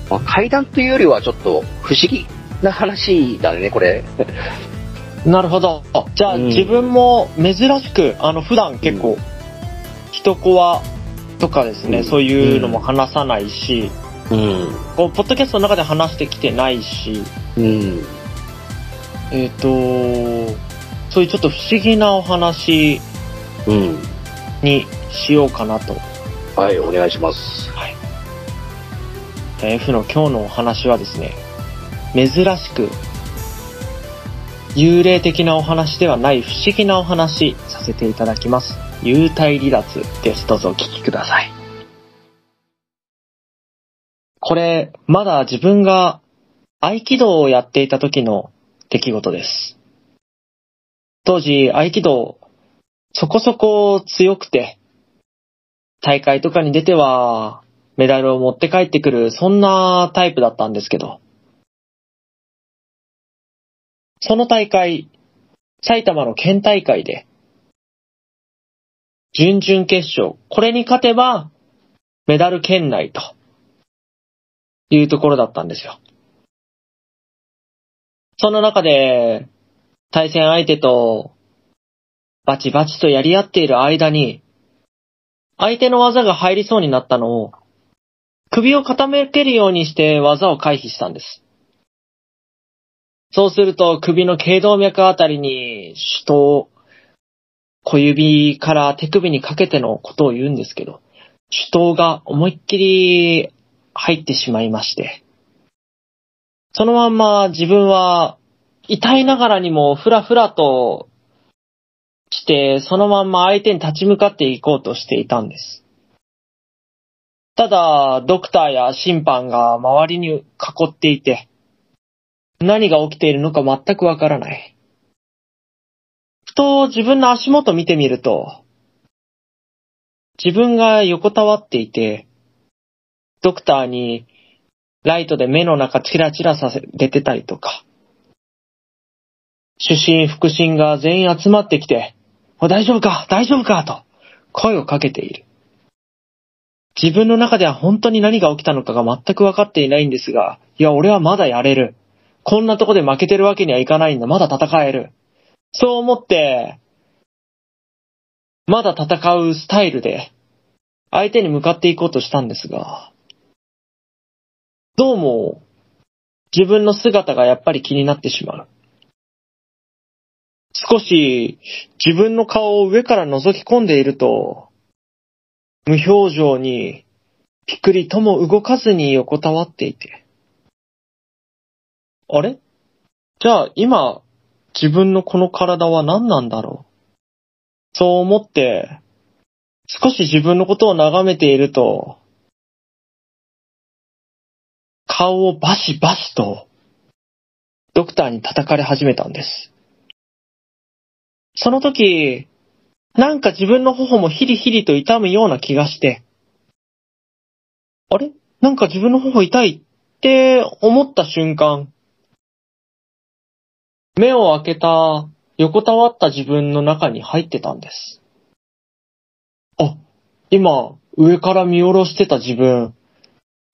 [SPEAKER 2] まあ、階段というよりはちょっと不思議な話だね、これ。
[SPEAKER 4] なるほど。じゃあ、
[SPEAKER 2] うん
[SPEAKER 4] 自分も珍しく、あの、普段結構、人コアとかですね、
[SPEAKER 2] うん
[SPEAKER 4] そういうのも話さないし、
[SPEAKER 2] うん。
[SPEAKER 4] こう、ポッドキャストの中で話してきてないし、
[SPEAKER 2] うん。
[SPEAKER 4] えっ、と、そういうちょっと不思議なお話
[SPEAKER 2] うん。
[SPEAKER 4] にしようかなと。
[SPEAKER 2] はい、お願いします。
[SPEAKER 4] F の今日のお話はですね、珍しく、幽霊的なお話ではない不思議なお話させていただきます。幽体離脱です。どうぞお聞きください。これ、まだ自分が合気道をやっていた時の出来事です。当時、合気道、そこそこ強くて、大会とかに出ては、メダルを持って帰ってくる、そんなタイプだったんですけど。その大会、埼玉の県大会で、準々決勝、これに勝てば、メダル圏内と、いうところだったんですよ。その中で、対戦相手と、バチバチとやり合っている間に、相手の技が入りそうになったのを、首を傾けるようにして技を回避したんです。そうすると首の頸動脈あたりに手刀、小指から手首にかけてのことを言うんですけど、手刀が思いっきり入ってしまいまして、そのまんま自分は痛いながらにもふらふらとして、そのまんま相手に立ち向かっていこうとしていたんです。ただ、ドクターや審判が周りに囲っていて、何が起きているのか全くわからない。ふと自分の足元見てみると、自分が横たわっていて、ドクターにライトで目の中チラチラさせ出てたりとか、主審、副審が全員集まってきて、お大丈夫か大丈夫かと声をかけている。自分の中では本当に何が起きたのかが全く分かっていないんですが、いや、俺はまだやれる。こんなとこで負けてるわけにはいかないんだ。まだ戦える。そう思って、まだ戦うスタイルで、相手に向かっていこうとしたんですが、どうも、自分の姿がやっぱり気になってしまう。少し、自分の顔を上から覗き込んでいると、無表情に、ぴくりとも動かずに横たわっていて。あれじゃあ今、自分のこの体は何なんだろうそう思って、少し自分のことを眺めていると、顔をバシバシと、ドクターに叩かれ始めたんです。その時、なんか自分の頬もヒリヒリと痛むような気がして、あれなんか自分の頬痛いって思った瞬間、目を開けた横たわった自分の中に入ってたんです。あ、今、上から見下ろしてた自分、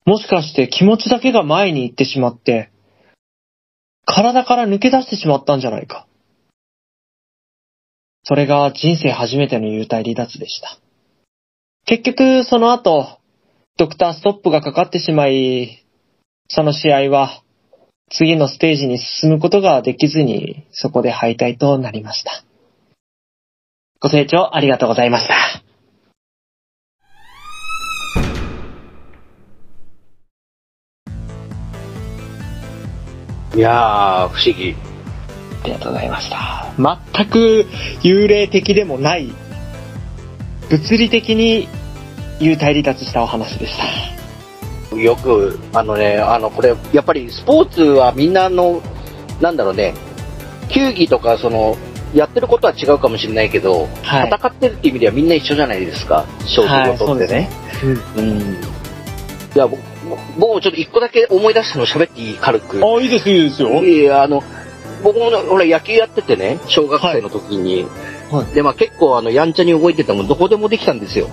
[SPEAKER 4] もしかして気持ちだけが前に行ってしまって、体から抜け出してしまったんじゃないか。それが人生初めての幽体離脱でした。結局、その後、ドクターストップがかかってしまい、その試合は、次のステージに進むことができずに、そこで敗退となりました。ご清聴ありがとうございました。
[SPEAKER 2] いやー、不思議。
[SPEAKER 4] ありがとうございました。全く幽霊的でもない、物理的に幽体離脱したお話でした。
[SPEAKER 2] よく、あのね、あの、これ、やっぱりスポーツはみんなあの、なんだろうね、球技とか、その、やってることは違うかもしれないけど、
[SPEAKER 4] はい。
[SPEAKER 2] 戦ってるっていう意味ではみんな一緒じゃないですか、勝負事ってね。
[SPEAKER 4] うん
[SPEAKER 2] うん。いや、僕僕もちょっと一個だけ思い出したの喋っていい軽く。
[SPEAKER 4] あ、いいです、いいですよ。
[SPEAKER 2] いやいやあの、僕もねほら野球やっててね、小学生の時に。
[SPEAKER 4] はいは
[SPEAKER 2] で、まあ結構あの、やんちゃに動いてたもん、どこでもできたんですよ。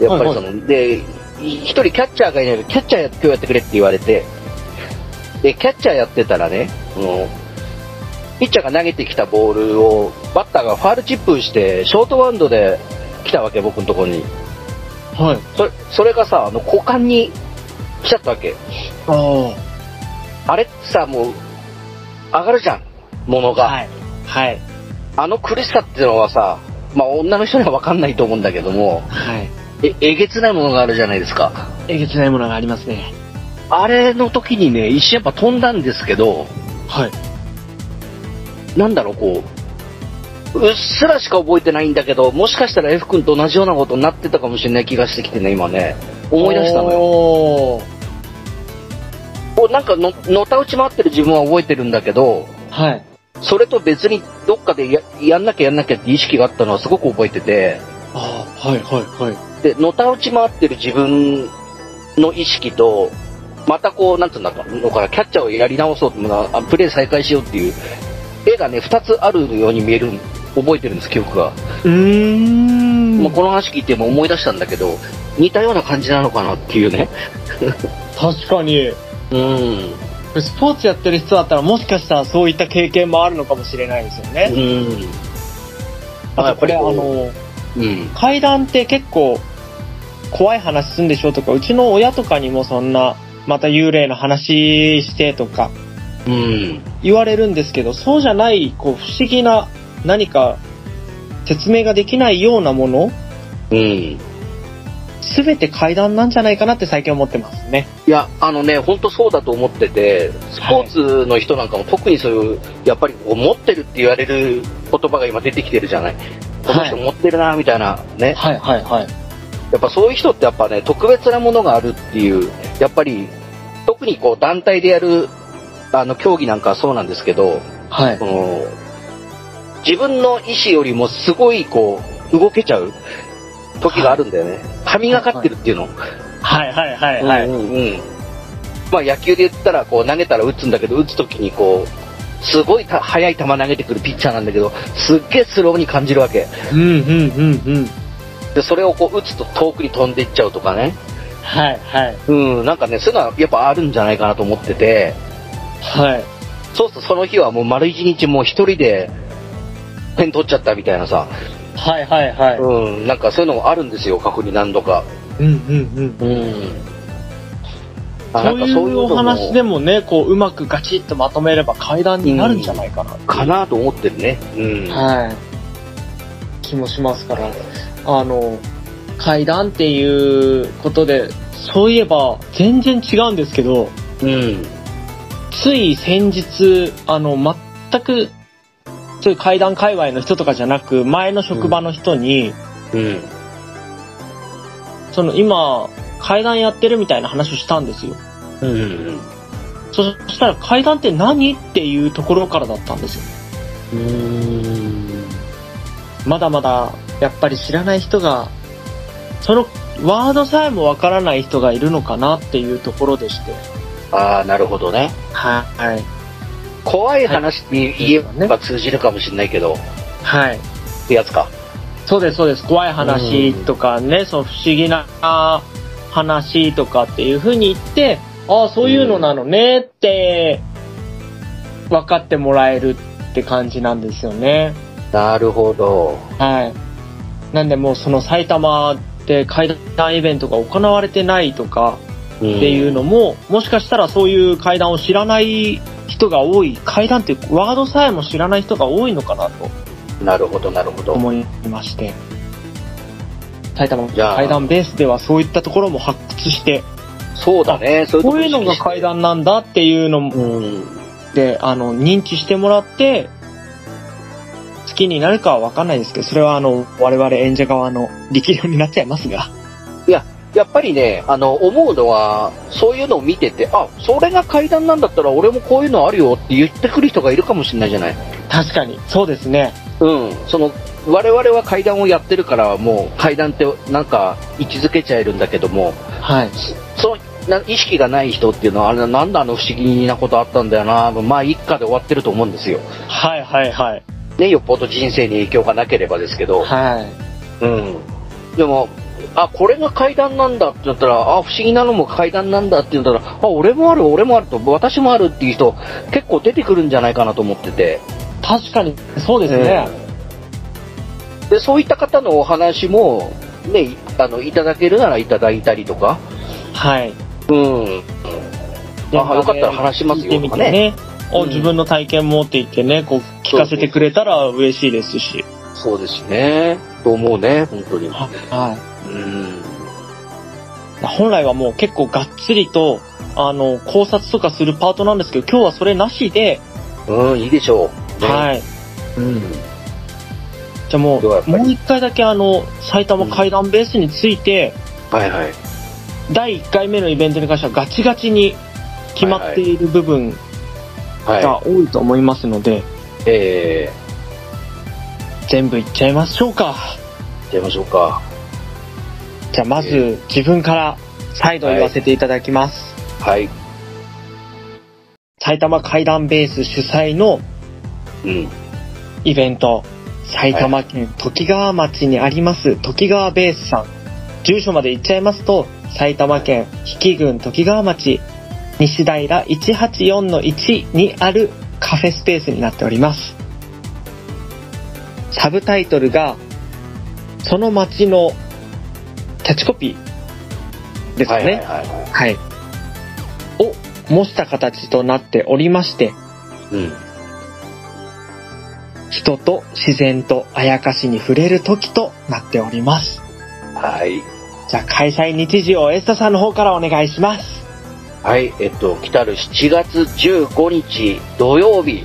[SPEAKER 2] やっぱりその、で、い一人キャッチャーがいないので、キャッチャーや今日やってくれって言われて、で、キャッチャーやってたらね、あの、ピッチャーが投げてきたボールを、バッターがファールチップして、ショートバウンドで来たわけ、僕のところに。
[SPEAKER 4] はい。
[SPEAKER 2] それ、それがさ、あの、股間に来ちゃったわけ。
[SPEAKER 4] ああ。
[SPEAKER 2] あれってさ、もう、上がるじゃん、ものが。
[SPEAKER 4] はい。はい。
[SPEAKER 2] あの苦しさっていうのはさ、まあ女の人には分かんないと思うんだけども、
[SPEAKER 4] はい。
[SPEAKER 2] え、えげつないものがあるじゃないですか。
[SPEAKER 4] えげつないものがありますね。
[SPEAKER 2] あれの時にね、一瞬やっぱ飛んだんですけど、
[SPEAKER 4] はい。
[SPEAKER 2] なんだろう、こう、うっすらしか覚えてないんだけど、もしかしたら F 君と同じようなことになってたかもしれない気がしてきてね、今ね。思い出したのよ。
[SPEAKER 4] よ。
[SPEAKER 2] こうなんかの、のたうち回ってる自分は覚えてるんだけど、
[SPEAKER 4] はい。
[SPEAKER 2] それと別にどっかでややんなきゃやんなきゃって意識があったのはすごく覚えてて、
[SPEAKER 4] ああ、はい、はい、はい。
[SPEAKER 2] で、のたうち回ってる自分の意識と、またこう、なんつうんだろうかな、キャッチャーをやり直そうとか、あプレー再開しようっていう、絵がね、二つあるように見える、覚えてるんです、記憶が。
[SPEAKER 4] うーん。
[SPEAKER 2] まあ、この話聞いても思い出したんだけど、似たような感じなのかなっていうね。
[SPEAKER 4] 確かに。
[SPEAKER 2] うん。
[SPEAKER 4] スポーツやってる人だったらもしかしたらそういった経験もあるのかもしれないですよ
[SPEAKER 2] う
[SPEAKER 4] ね。
[SPEAKER 2] ん。
[SPEAKER 4] あとこれあ
[SPEAKER 2] やっぱりこ
[SPEAKER 4] の、
[SPEAKER 2] ううん。
[SPEAKER 4] 階段って結構怖い話すんでしょとか、うちの親とかにもそんな、また幽霊の話してとか
[SPEAKER 2] うん。
[SPEAKER 4] 言われるんですけど、そうじゃない、こう不思議な何か説明ができないようなもの、
[SPEAKER 2] うん。
[SPEAKER 4] すべて階段なんじゃないかなって最近思ってますね。
[SPEAKER 2] いや、あのね、本当そうだと思ってて、スポーツの人なんかも特にそういう、やっぱりこう持ってるって言われる言葉が今出てきてるじゃない。この人持ってるな、みたいなね。
[SPEAKER 4] はいはいはい。
[SPEAKER 2] やっぱそういう人ってやっぱね、特別なものがあるっていう、やっぱり、特にこう団体でやる、あの、競技なんかはそうなんですけど、
[SPEAKER 4] はい
[SPEAKER 2] そ。の自分の意思よりもすごいこう、動けちゃう時があるんだよね。神がかってるっていうの。
[SPEAKER 4] はいはいはい
[SPEAKER 2] うんうんうんまあ野球で言ったらこう投げたら打つんだけど打つ時にこうすごいた速い球投げてくるピッチャーなんだけどすっげえスローに感じるわけ
[SPEAKER 4] うんうんうんうん。
[SPEAKER 2] でそれをこう打つと遠くに飛んでいっちゃうとかね
[SPEAKER 4] はいはい。
[SPEAKER 2] うんなんかねそういうのはやっぱあるんじゃないかなと思ってて
[SPEAKER 4] はい。
[SPEAKER 2] そうするとその日はもう丸一日もう一人で点取っちゃったみたいなさ
[SPEAKER 4] はいはいはい。
[SPEAKER 2] うんなんかそういうのもあるんですよ過去に何度か
[SPEAKER 4] うんうんうん。
[SPEAKER 2] うんあ
[SPEAKER 4] そういうお話で
[SPEAKER 2] も
[SPEAKER 4] もね、こう、うまくガチッとまとめれば階段になるんじゃないかな。
[SPEAKER 2] かなと思ってるねうん
[SPEAKER 4] はい。気もしますから。あの、階段っていうことで、そういえば全然違うんですけど、
[SPEAKER 2] うん
[SPEAKER 4] つい先日、あの、全く、そういう階段界隈の人とかじゃなく、前の職場の人に、
[SPEAKER 2] うん
[SPEAKER 4] その今、階段やってるみたいな話をしたんですよ。
[SPEAKER 2] うん
[SPEAKER 4] そそしたら階段って何っていうところからだったんですよ。
[SPEAKER 2] うーん
[SPEAKER 4] まだまだやっぱり知らない人がそのワードさえもわからない人がいるのかなっていうところでして
[SPEAKER 2] ああ、なるほどね。
[SPEAKER 4] はい
[SPEAKER 2] 怖い話に言えば通じるかもしれないけど、
[SPEAKER 4] はい
[SPEAKER 2] ってやつか。
[SPEAKER 4] そうです、そうです。怖い話とかね、その不思議なあー話とかっていう風に言って、ああ、そういうのなのねって、分かってもらえるって感じなんですよね。
[SPEAKER 2] なるほど。
[SPEAKER 4] はい。なんでもうその埼玉で怪談イベントが行われてないとか
[SPEAKER 2] って
[SPEAKER 4] っていうのも、もしかしたらそういう怪談を知らない人が多い、怪談っていうワードさえも知らない人が多いのかなと。
[SPEAKER 2] なるほど、なるほど。
[SPEAKER 4] 思いまして埼玉の
[SPEAKER 2] じゃあ
[SPEAKER 4] 階段ベースではそういったところも発掘して
[SPEAKER 2] そうだね。そういうと
[SPEAKER 4] こ
[SPEAKER 2] こ
[SPEAKER 4] ういうのが階。段なんだっていうのも
[SPEAKER 2] うん。
[SPEAKER 4] であの認知してもらって好きになるかは分かんないですけどそれはあの我々演者側の力量になっちゃいますが
[SPEAKER 2] やっぱりね、あの、思うのは、そういうのを見てて、あ、それが階段なんだったら俺もこういうのあるよって言ってくる人がいるかもしれないじゃない。
[SPEAKER 4] 確かにそうですね
[SPEAKER 2] うん。その、我々は階段をやってるから、もう階段ってなんか位置づけちゃえるんだけども、
[SPEAKER 4] はい
[SPEAKER 2] その、な意識がない人っていうのは、あれなんだあの不思議なことあったんだよな、まあ一家で終わってると思うんですよ。
[SPEAKER 4] はいはいはい
[SPEAKER 2] ね、よっぽど人生に影響がなければですけど。
[SPEAKER 4] はい
[SPEAKER 2] うん。でも、あ、これが階段なんだってなったら、あ、不思議なのも階段なんだって言ったら、あ、俺もある、俺もあると、私もあるっていう人、結構出てくるんじゃないかなと思ってて。
[SPEAKER 4] 確かにそうですね、
[SPEAKER 2] で、そういった方のお話も、ね、いあの、いただけるならいただいたりとか、
[SPEAKER 4] はい
[SPEAKER 2] うん。あよかったら話しますよ
[SPEAKER 4] 聞いてみてねお
[SPEAKER 2] うん
[SPEAKER 4] 自分の体験もって言ってねこう聞かせてくれたら嬉しいですし
[SPEAKER 2] そうですね。と思うね、本当に。
[SPEAKER 4] はい
[SPEAKER 2] うん。
[SPEAKER 4] 本来はもう結構がっつりと、あの、考察とかするパートなんですけど、今日はそれなしで、
[SPEAKER 2] うん、いいでしょう。い。
[SPEAKER 4] はい。
[SPEAKER 2] うん。
[SPEAKER 4] じゃあも
[SPEAKER 2] 今日はやっ
[SPEAKER 4] う、
[SPEAKER 2] ぱり
[SPEAKER 4] もう一回だけあの、埼玉階段ベースについて、
[SPEAKER 2] はいはい。
[SPEAKER 4] 第1回目のイベントに関してはガチガチに決まっている部分
[SPEAKER 2] は
[SPEAKER 4] が多いと思いますので、
[SPEAKER 2] い。え
[SPEAKER 4] 全部いっちゃいましょうか。
[SPEAKER 2] ー、出ましょうか。
[SPEAKER 4] じゃあま
[SPEAKER 2] え
[SPEAKER 4] ず、自分から再度言わせていただきます。
[SPEAKER 2] はい。
[SPEAKER 4] 埼玉階段ベース主催の
[SPEAKER 2] うん。
[SPEAKER 4] イベント、埼玉県ときがわ町にあります、ときがわベースさん。住所まで行っちゃいますと、埼玉県比企郡ときがわ町、西平184-1にあるカフェスペースになっております。サブタイトルが、その町のキャッチコピーですか
[SPEAKER 2] はい
[SPEAKER 4] ね。
[SPEAKER 2] はいは
[SPEAKER 4] はい。を模した形となっておりまして、
[SPEAKER 2] い。うん。
[SPEAKER 4] 人と自然とあやかしに触れる時となっております。
[SPEAKER 2] はい。
[SPEAKER 4] じゃあ開催日時をエスタさんの方からお願いします。
[SPEAKER 2] はい、えっと、来たる7月15日土曜日、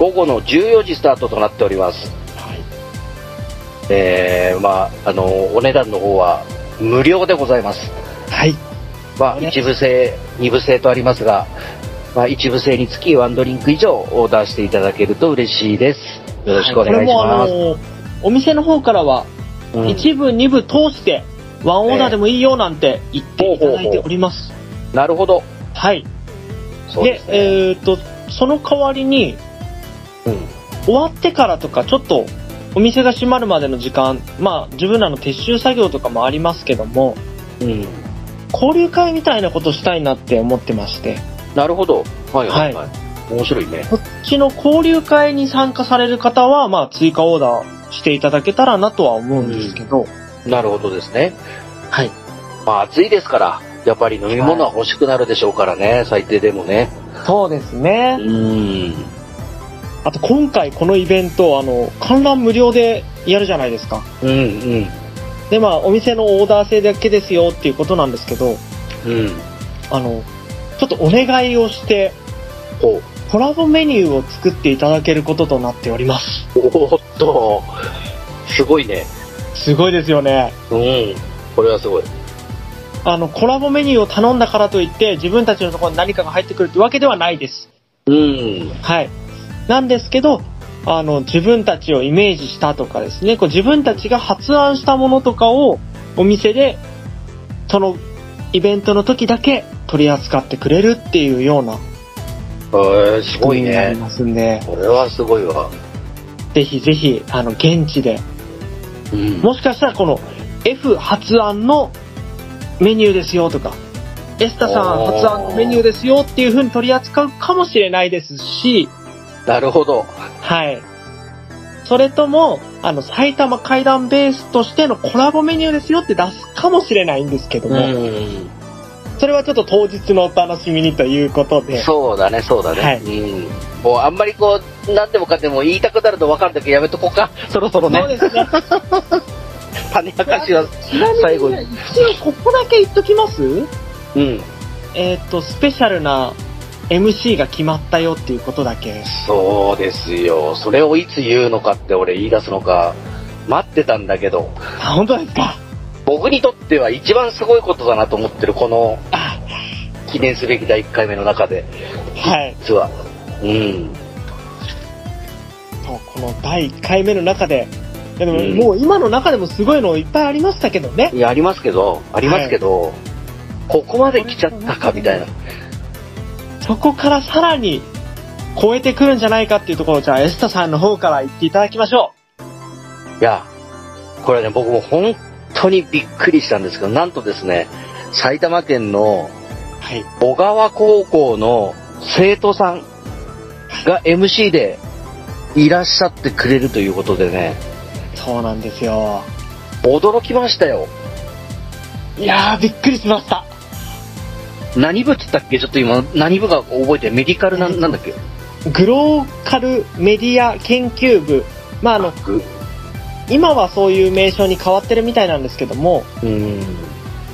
[SPEAKER 2] 午後の14時スタートとなっております。
[SPEAKER 4] はい。
[SPEAKER 2] えー、まあ、あの、お値段の方は無料でございます。
[SPEAKER 4] はい。
[SPEAKER 2] まあ、
[SPEAKER 4] お願い
[SPEAKER 2] 一部制、二部制とありますが、まあ、一部制につきワンドリンク以上オーダーしていただけると嬉しいです。よろしくお願いしま
[SPEAKER 4] こ
[SPEAKER 2] す。
[SPEAKER 4] れもあのお店の方からは、
[SPEAKER 2] うん
[SPEAKER 4] 一部、二部通して、ワンオーダーでもいいよなんて言っていただいております。
[SPEAKER 2] なるほど。
[SPEAKER 4] はい。
[SPEAKER 2] そうで
[SPEAKER 4] で、
[SPEAKER 2] すね。
[SPEAKER 4] えっ、と、その代わりに、
[SPEAKER 2] うん
[SPEAKER 4] 終わってからとか、ちょっと、お店が閉まるまでの時間、まあ、自分らの撤収作業とかもありますけども、
[SPEAKER 2] うん。
[SPEAKER 4] 交流会みたいなことしたいなって思ってまして、
[SPEAKER 2] なるほど。はいはいはい。面白いね。
[SPEAKER 4] こっちの交流会に参加される方は、まあ、追加オーダーしていただけたらなとは思うんですけど、
[SPEAKER 2] なるほどですね。
[SPEAKER 4] はい。
[SPEAKER 2] まあ暑いですから、やっぱり飲み物は欲しくなるでしょうからね、最低でもね。
[SPEAKER 4] そうです
[SPEAKER 2] う
[SPEAKER 4] ね。
[SPEAKER 2] ーん。
[SPEAKER 4] あと、今回このイベント、あの、観覧無料でやるじゃないですか。
[SPEAKER 2] うんうん。
[SPEAKER 4] で、まあ、お店のオーダー制だけですよっていうことなんですけど、
[SPEAKER 2] うん。
[SPEAKER 4] あの、ちょっとお願いをして、
[SPEAKER 2] ほう。
[SPEAKER 4] コラボメニューを作っていただけることとなっております。
[SPEAKER 2] おーっと、すごいね。
[SPEAKER 4] すごいですよね。
[SPEAKER 2] うん。これはすごい。
[SPEAKER 4] あの、コラボメニューを頼んだからといって、自分たちのところに何かが入ってくるってわけではないです。
[SPEAKER 2] うん。
[SPEAKER 4] はい。なんですけど、あの、自分たちをイメージしたとかですね、こう自分たちが発案したものとかをお店で、そのイベントの時だけ取り扱ってくれるっていうような
[SPEAKER 2] えー、すごい
[SPEAKER 4] になり
[SPEAKER 2] ね。
[SPEAKER 4] ますんで、
[SPEAKER 2] これはすごいわ。
[SPEAKER 4] ぜひぜひ、あの、現地で
[SPEAKER 2] うん
[SPEAKER 4] もしかしたらこの F 発案のメニューですよとか、エスタさん
[SPEAKER 2] おー
[SPEAKER 4] 発案のメニューですよっていう風に取り扱うかもしれないですし、
[SPEAKER 2] なるほど。
[SPEAKER 4] はい。それとも、あの、埼玉階段ベースとしてのコラボメニューですよって出すかもしれないんですけど
[SPEAKER 2] う
[SPEAKER 4] も、
[SPEAKER 2] ん。
[SPEAKER 4] それはちょっと当日のお楽しみにということで、
[SPEAKER 2] そうだね、そうだね。
[SPEAKER 4] はい
[SPEAKER 2] うん。もうあんまりこう、なんでもかんでも言いたくなると分かるだけやめとこうか。 そろそろ
[SPEAKER 4] そう
[SPEAKER 2] ね、
[SPEAKER 4] ですね。
[SPEAKER 2] 種明かしは。
[SPEAKER 4] ちなみに、
[SPEAKER 2] 最後に
[SPEAKER 4] 一応ここだけ言っときます
[SPEAKER 2] うん。
[SPEAKER 4] えっ、と、スペシャルな MC が決まったよっていうことだけ。
[SPEAKER 2] そうですよ。それをいつ言うのかって俺言い出すのか、待ってたんだけど、
[SPEAKER 4] あ、本当ですか
[SPEAKER 2] 僕にとっては一番すごいことだなと思ってる、この
[SPEAKER 4] あ、
[SPEAKER 2] 記念すべき第1回目の中で、
[SPEAKER 4] はい。
[SPEAKER 2] 実は。うん。
[SPEAKER 4] そうこの第1回目の中で、いやでも、
[SPEAKER 2] うん
[SPEAKER 4] もう今の中でもすごいのいっぱいありましたけどね。
[SPEAKER 2] いや、ありますけど、ありますけど、ここまで来ちゃったかみたいな。
[SPEAKER 4] そこからさらに超えてくるんじゃないかっていうところを、じゃあエスタさんの方から言っていただきましょ
[SPEAKER 2] いや、これね、僕も本当にびっくりしたんですけど、なんとですね、埼玉県の
[SPEAKER 4] う。はい。
[SPEAKER 2] 小川高校の生徒さんが MC でいらっしゃってくれるということでね、
[SPEAKER 4] そうなんですよ。
[SPEAKER 2] 驚きましたよ。
[SPEAKER 4] いやー、びっくりしました。
[SPEAKER 2] 何部って言ったっけちょっと今、何部か覚えて、メディカルなんなんだっけ
[SPEAKER 4] グローカルメディア研究部。まあ、あの、
[SPEAKER 2] ぐ
[SPEAKER 4] 今はそういう名称に変わってるみたいなんですけども、
[SPEAKER 2] うん。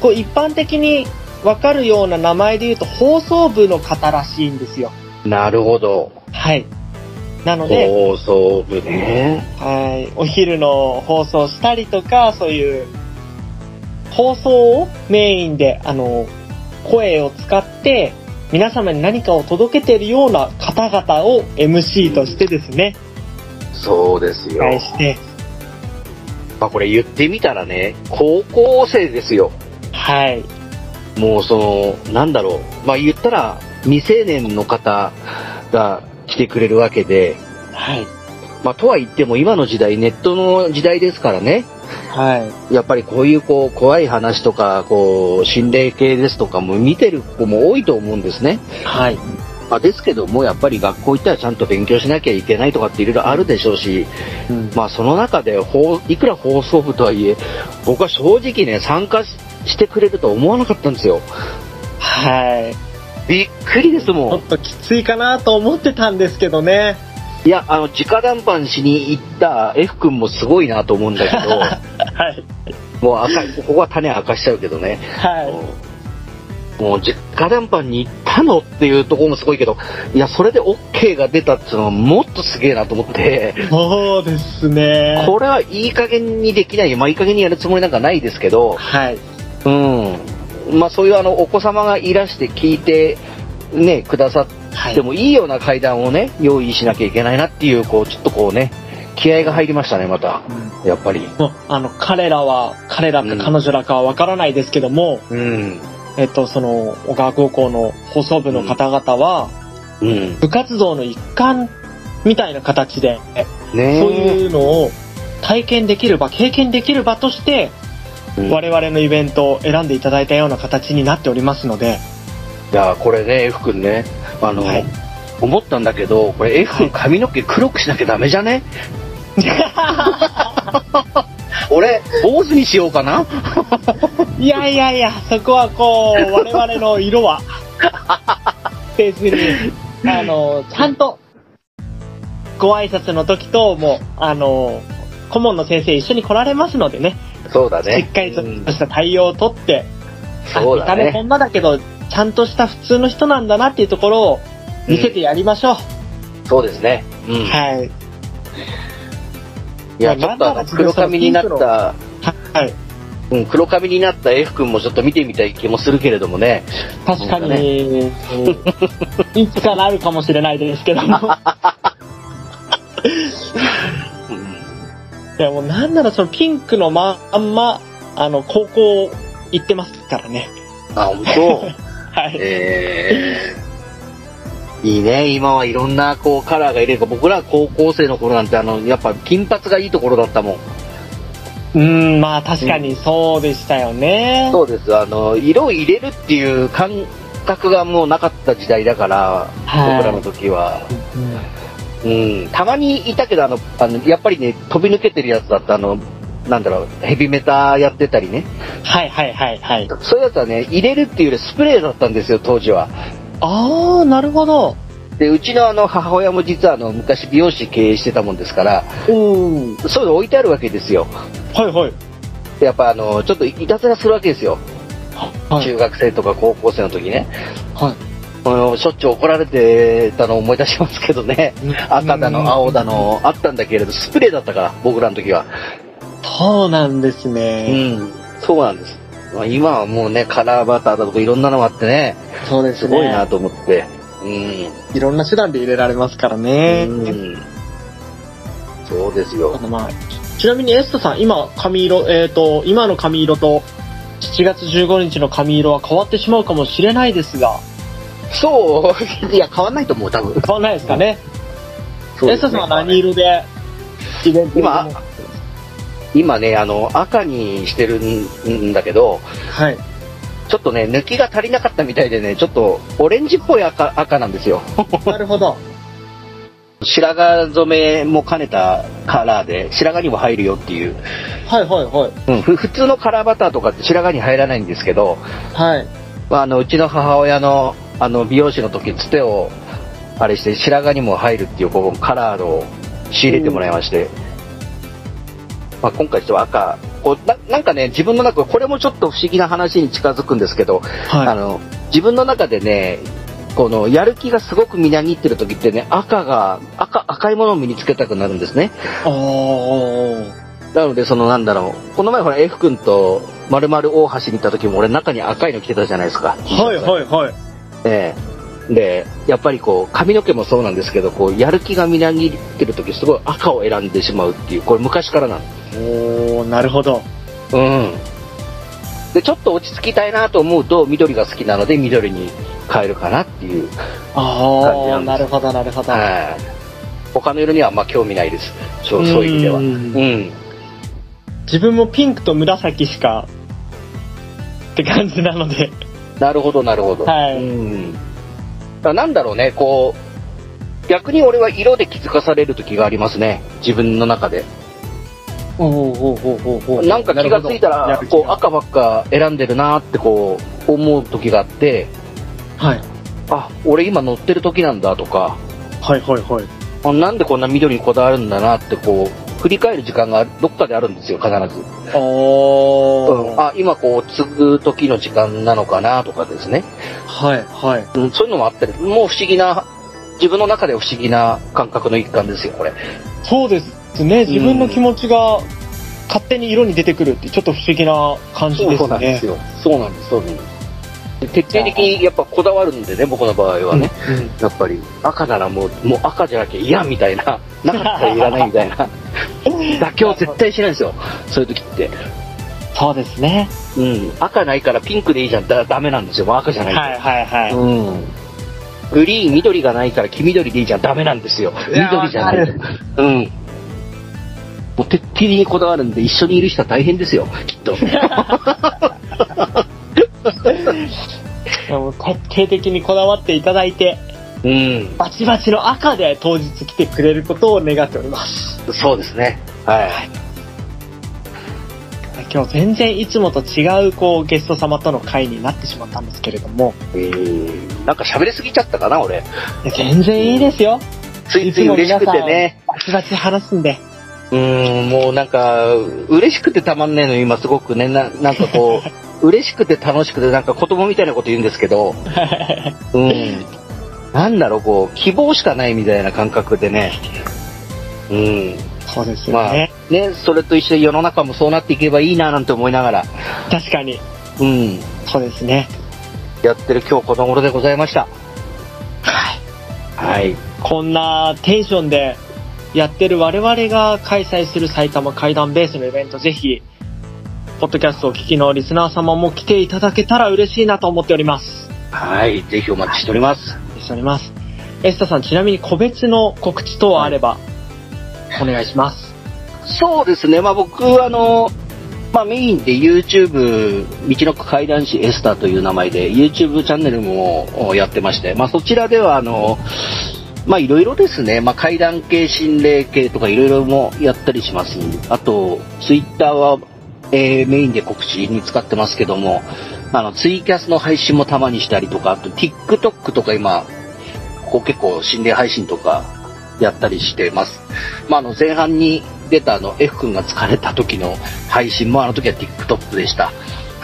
[SPEAKER 4] こう一般的にわかるような名前で言うと放送部の方らしいんですよ。
[SPEAKER 2] なるほど。
[SPEAKER 4] はい。なので、
[SPEAKER 2] 放送部ね。
[SPEAKER 4] はい、お昼の放送したりとか、そういう、放送をメインで、あの、声を使って、皆様に何かを届けているような方々を MC としてですね、
[SPEAKER 2] そうですよ。
[SPEAKER 4] 返して、
[SPEAKER 2] まあこれ言ってみたらね、高校生ですよ。
[SPEAKER 4] はい、
[SPEAKER 2] もうその、なんだろう。まあ言ったら、未成年の方が来てくれるわけで、
[SPEAKER 4] はい、
[SPEAKER 2] まあとは言っても今の時代、ネットの時代ですからね、
[SPEAKER 4] はい、
[SPEAKER 2] やっぱりこういうこう、怖い話とか、こう、心霊系ですとかも見てる子も多いと思うんですね。
[SPEAKER 4] はい、
[SPEAKER 2] まあですけども、やっぱり学校行ったらちゃんと勉強しなきゃいけないとかっていろいろあるでしょうし、
[SPEAKER 4] うん
[SPEAKER 2] まあその中で、ほういくら放送部とはいえ、僕は正直ね、参加ししてくれると思わなかったんですよ。
[SPEAKER 4] はい。
[SPEAKER 2] びっくりです
[SPEAKER 4] ちょ
[SPEAKER 2] もん
[SPEAKER 4] っ。ときついかなと思ってたんですけどね。
[SPEAKER 2] いや、あの、直談判しに行った F 君もすごいなと思うんだけ
[SPEAKER 4] はい、
[SPEAKER 2] ど、もう赤い、ここは種明かしちゃうけどね。
[SPEAKER 4] はい、
[SPEAKER 2] もう、直談判に行ったのっていうところもすごいけど、いや、それで OK が出たっていうのはもっとすげえなと思って、
[SPEAKER 4] そうですね。
[SPEAKER 2] これはいい加減にできない、まあいい加減にやるつもりなんかないですけど、
[SPEAKER 4] はい。
[SPEAKER 2] うん。まあそういうあの、お子様がいらして聞いて、ね、くださっ
[SPEAKER 4] は
[SPEAKER 2] てもいいような階段をね、用意しなきゃいけないなっていう、こう、ちょっとこうね、気合が入りましたね、また。やっぱり。
[SPEAKER 4] もうあの、彼らは、彼ら
[SPEAKER 2] う
[SPEAKER 4] か
[SPEAKER 2] ん
[SPEAKER 4] 彼女らかはわからないですけども、
[SPEAKER 2] うん。
[SPEAKER 4] えっと、その、小川高校の放送部の方々は、
[SPEAKER 2] うん。
[SPEAKER 4] 部活動の一環みたいな形で、
[SPEAKER 2] ね
[SPEAKER 4] そういうのを体験できる場、経験できる場として、
[SPEAKER 2] うん
[SPEAKER 4] 我々のイベントを選んでいただいたような形になっておりますので、
[SPEAKER 2] いや、これね、F 君ね、あの、
[SPEAKER 4] はい
[SPEAKER 2] 思ったんだけど、これ F 君髪の毛黒くしなきゃダメじゃね 俺、坊主にしよう かない
[SPEAKER 4] やいやいや、そこはこう、我々の色は、別に、あの、ちゃんと、ご挨拶の時と、もう、あの、顧問の先生一緒に来られますのでね、
[SPEAKER 2] そうだね。
[SPEAKER 4] しっかりと
[SPEAKER 2] うん
[SPEAKER 4] した対応をとって、
[SPEAKER 2] そうだ
[SPEAKER 4] あ見た目こ
[SPEAKER 2] ね。
[SPEAKER 4] んなだけど、ちゃんとした普通の人なんだなっていうところを見せてやりましょう。
[SPEAKER 2] そうですね。うん。い
[SPEAKER 4] はい。
[SPEAKER 2] や、
[SPEAKER 4] まあ
[SPEAKER 2] ちょ
[SPEAKER 4] な
[SPEAKER 2] っとあ
[SPEAKER 4] んなら
[SPEAKER 2] の、黒髪になった、
[SPEAKER 4] はい。
[SPEAKER 2] うん、黒髪になった F 君もちょっと見てみたい気もするけれどもね。
[SPEAKER 4] 確か
[SPEAKER 2] そうだ
[SPEAKER 4] に、いつかなるかもしれないですけども。
[SPEAKER 2] うん
[SPEAKER 4] いやもうなんならそのピンクのまあんま、あの、高校行ってますからね。
[SPEAKER 2] あ、本当
[SPEAKER 4] はい。
[SPEAKER 2] えー、いいね、今はいろんなこうカラーが入れるか、僕ら高校生の頃なんてあの、やっぱ金髪がいいところだったもん。
[SPEAKER 4] うん、まあ確かにそうでしたよね。
[SPEAKER 2] そうです。あの、色を入れるっていう感覚がもうなかった時代だから、
[SPEAKER 4] はい
[SPEAKER 2] 僕らの時は。
[SPEAKER 4] うん
[SPEAKER 2] うん。たまにいたけど、あの、あのやっぱりね、飛び抜けてるやつだったあの、なんだろう、ヘビメタやってたりね。
[SPEAKER 4] はいはいはいはい。
[SPEAKER 2] そういうやつはね、入れるっていうよりスプレーだったんですよ、当時は。
[SPEAKER 4] ああ、なるほど。
[SPEAKER 2] で、うちのあの、母親も実はあの、昔美容師経営してたもんですから、
[SPEAKER 4] おー
[SPEAKER 2] そういうの置いてあるわけですよ。
[SPEAKER 4] はいはい。
[SPEAKER 2] でやっぱあの、ちょっといたずらするわけですよ。
[SPEAKER 4] はい。
[SPEAKER 2] 中学生とか高校生の時ね。
[SPEAKER 4] はい
[SPEAKER 2] あのしょっちゅう怒られてたのを思い出しますけどね。赤だの青だのあったんだけれど、スプレーだったから、僕らの時は。
[SPEAKER 4] そうなんです
[SPEAKER 2] う
[SPEAKER 4] ね。
[SPEAKER 2] ん、そうなんです。まあ今はもうね、カラーバターだとかいろんなのがあってね、
[SPEAKER 4] そうです
[SPEAKER 2] す
[SPEAKER 4] ね。
[SPEAKER 2] ごいな。と思って。うん。
[SPEAKER 4] いろんな手段で入れられますからね。
[SPEAKER 2] うんそうです
[SPEAKER 4] あ
[SPEAKER 2] よ。
[SPEAKER 4] のまあ、ちちなみにエストさん、今、髪色、えっ、と、今の髪色と、7月15日の髪色は変わってしまうかもしれないですが、
[SPEAKER 2] そう、いや、変わんないと思う、多 分。
[SPEAKER 4] 変わんないですかね。
[SPEAKER 2] そう
[SPEAKER 4] エ
[SPEAKER 2] で
[SPEAKER 4] ス
[SPEAKER 2] すね
[SPEAKER 4] トさんは何色で、イベントに
[SPEAKER 2] 今今ね、あの、赤にしてるんだけど、
[SPEAKER 4] はい。
[SPEAKER 2] ちょっとね、抜きが足りなかったみたいでね、ちょっとオレンジっぽい赤赤なんですよ。
[SPEAKER 4] なるほど。
[SPEAKER 2] 白髪染めも兼ねたカラーで、白髪にも入るよっていう。
[SPEAKER 4] はいはいはい。
[SPEAKER 2] うん、ふ普通のカラーバターとかって白髪に入らないんですけど、
[SPEAKER 4] はい。
[SPEAKER 2] まあ、あの、うちの母親の、あの、美容師の時、つてを、あれして、白髪にも入るっていう、こう、カラーを仕入れてもらいまして、まあ、今回ちょっと赤、こうな、なんかね、自分の中、これもちょっと不思議な話に近づくんですけど、あ
[SPEAKER 4] は
[SPEAKER 2] の、自分の中でね、この、やる気がすごくみなぎってる時ってね、赤が、赤、赤いものを身につけたくなるんですね。
[SPEAKER 4] い。おー。
[SPEAKER 2] なので、その、なんだろう、この前ほら、F 君と、丸々大橋に行った時も、俺中に赤いの着てたじゃないですか。
[SPEAKER 4] はいはいはい。
[SPEAKER 2] ええで、やっぱりこう、髪の毛もそうなんですけど、こう、やる気がみなぎってる時、すごい赤を選んでしまうっていう、これ昔からなの。
[SPEAKER 4] おー、なるほど。
[SPEAKER 2] うん。で、ちょっと落ち着きたいなと思うと、緑が好きなので、緑に変えるかなっていう。感じ
[SPEAKER 4] あ
[SPEAKER 2] な
[SPEAKER 4] ー、
[SPEAKER 2] んです
[SPEAKER 4] なるほどなるほど。
[SPEAKER 2] はい。他の色にはあんま興味ないです。そう、そういう意味では。
[SPEAKER 4] う
[SPEAKER 2] うんん。
[SPEAKER 4] 自分もピンクと紫しか、って感じなので。
[SPEAKER 2] なるほど、なるほど。
[SPEAKER 4] はい
[SPEAKER 2] うん。だからなんだろうね、こう、逆に俺は色で気づかされる時がありますね。自分の中で。
[SPEAKER 4] おおおおおお
[SPEAKER 2] なんか気がついたら、こう赤ばっか選んでるなってこう思う時があって、
[SPEAKER 4] はい。
[SPEAKER 2] あ、俺今乗ってる時なんだとか、
[SPEAKER 4] はいはいはい。
[SPEAKER 2] あなんでこんな緑にこだわるんだなってこう、振り返る時間がどっかであるんですよ、必ず。
[SPEAKER 4] おー。
[SPEAKER 2] あ、今こう、継ぐ時の時間なのかなとかですね。
[SPEAKER 4] はいはい。
[SPEAKER 2] うんそういうのもあったり、もう不思議な、自分の中で不思議な感覚の一環ですよ、これ。
[SPEAKER 4] そうですね。自分の気持ちが勝手に色に出てくるってちょっと不思議な感じですね。
[SPEAKER 2] そうなんですよ。そうなんです、そうなんです。徹底的にやっぱこだわるんでね、僕の場合はね。
[SPEAKER 4] うん
[SPEAKER 2] やっぱり赤ならもうもう赤じゃなきゃ嫌みたいな、 なかったらいらないみたいな、妥協絶対しないんですよ、そういう時って。
[SPEAKER 4] そうですね。
[SPEAKER 2] うん、赤ないからピンクでいいじゃん、だダメなんですよ、もう赤じゃないと。
[SPEAKER 4] はいはいはい。
[SPEAKER 2] うんグリーン、緑がないから黄緑でいいじゃん、ダメなんですよ。
[SPEAKER 4] いや
[SPEAKER 2] 緑じゃないと
[SPEAKER 4] わ。
[SPEAKER 2] うん。もう徹底的にこだわるんで、一緒にいる人は大変ですよ、きっと。
[SPEAKER 4] でも徹底的にこだわっていただいて、
[SPEAKER 2] うん、
[SPEAKER 4] バチバチの赤で当日来てくれることを願っております。
[SPEAKER 2] そうですね。はい。
[SPEAKER 4] 今日全然いつもと違うこうゲスト様との会になってしまったんですけれども、
[SPEAKER 2] えー、なんか喋りすぎちゃったかな、俺。
[SPEAKER 4] いや全然いいですよ。
[SPEAKER 2] ついつい嬉しくてね。
[SPEAKER 4] バチバチ話すんで。
[SPEAKER 2] うーん、もうなんか、嬉しくてたまんないの、今すごくね、ななんかこ う、嬉しくて楽しくて、なんか子供みたいなこと言うんですけど、うん、なんだろう、こう、希望しかないみたいな感覚でね、うん、
[SPEAKER 4] そうですよ
[SPEAKER 2] まあ、
[SPEAKER 4] ね
[SPEAKER 2] ね。、それと一緒に世の中もそうなっていけばいいななんて思いながら、
[SPEAKER 4] 確かに。
[SPEAKER 2] うん、
[SPEAKER 4] そうですね。
[SPEAKER 2] やってる今日この頃でございました。
[SPEAKER 4] はい。
[SPEAKER 2] はい。
[SPEAKER 4] こんなテンションでやってる我々が開催する埼玉怪談ベースのイベント、ぜひ、ポッドキャストをお聞きのリスナー様も来ていただけたら嬉しいなと思っております。
[SPEAKER 2] はい、ぜひお待ちしております。
[SPEAKER 4] しております。エスタさん、ちなみに個別の告知等あれば、お願いします。
[SPEAKER 2] そうですね、まあ、僕、あのまあメインで YouTube、道のく怪談師エスターという名前で YouTube チャンネルもやってまして、まあそちらではあの、まあいろいろですね、まあ怪談系、心霊系とかいろいろもやったりします。あと、Twitter は、えーメインで告知に使ってますけども、あの、ツイキャスの配信もたまにしたりとか、あと TikTok とか今、こう結構心霊配信とかやったりしてます。まあ、あの前半に出たあの F 君が疲れた時の配信もあの時は TikTok でした。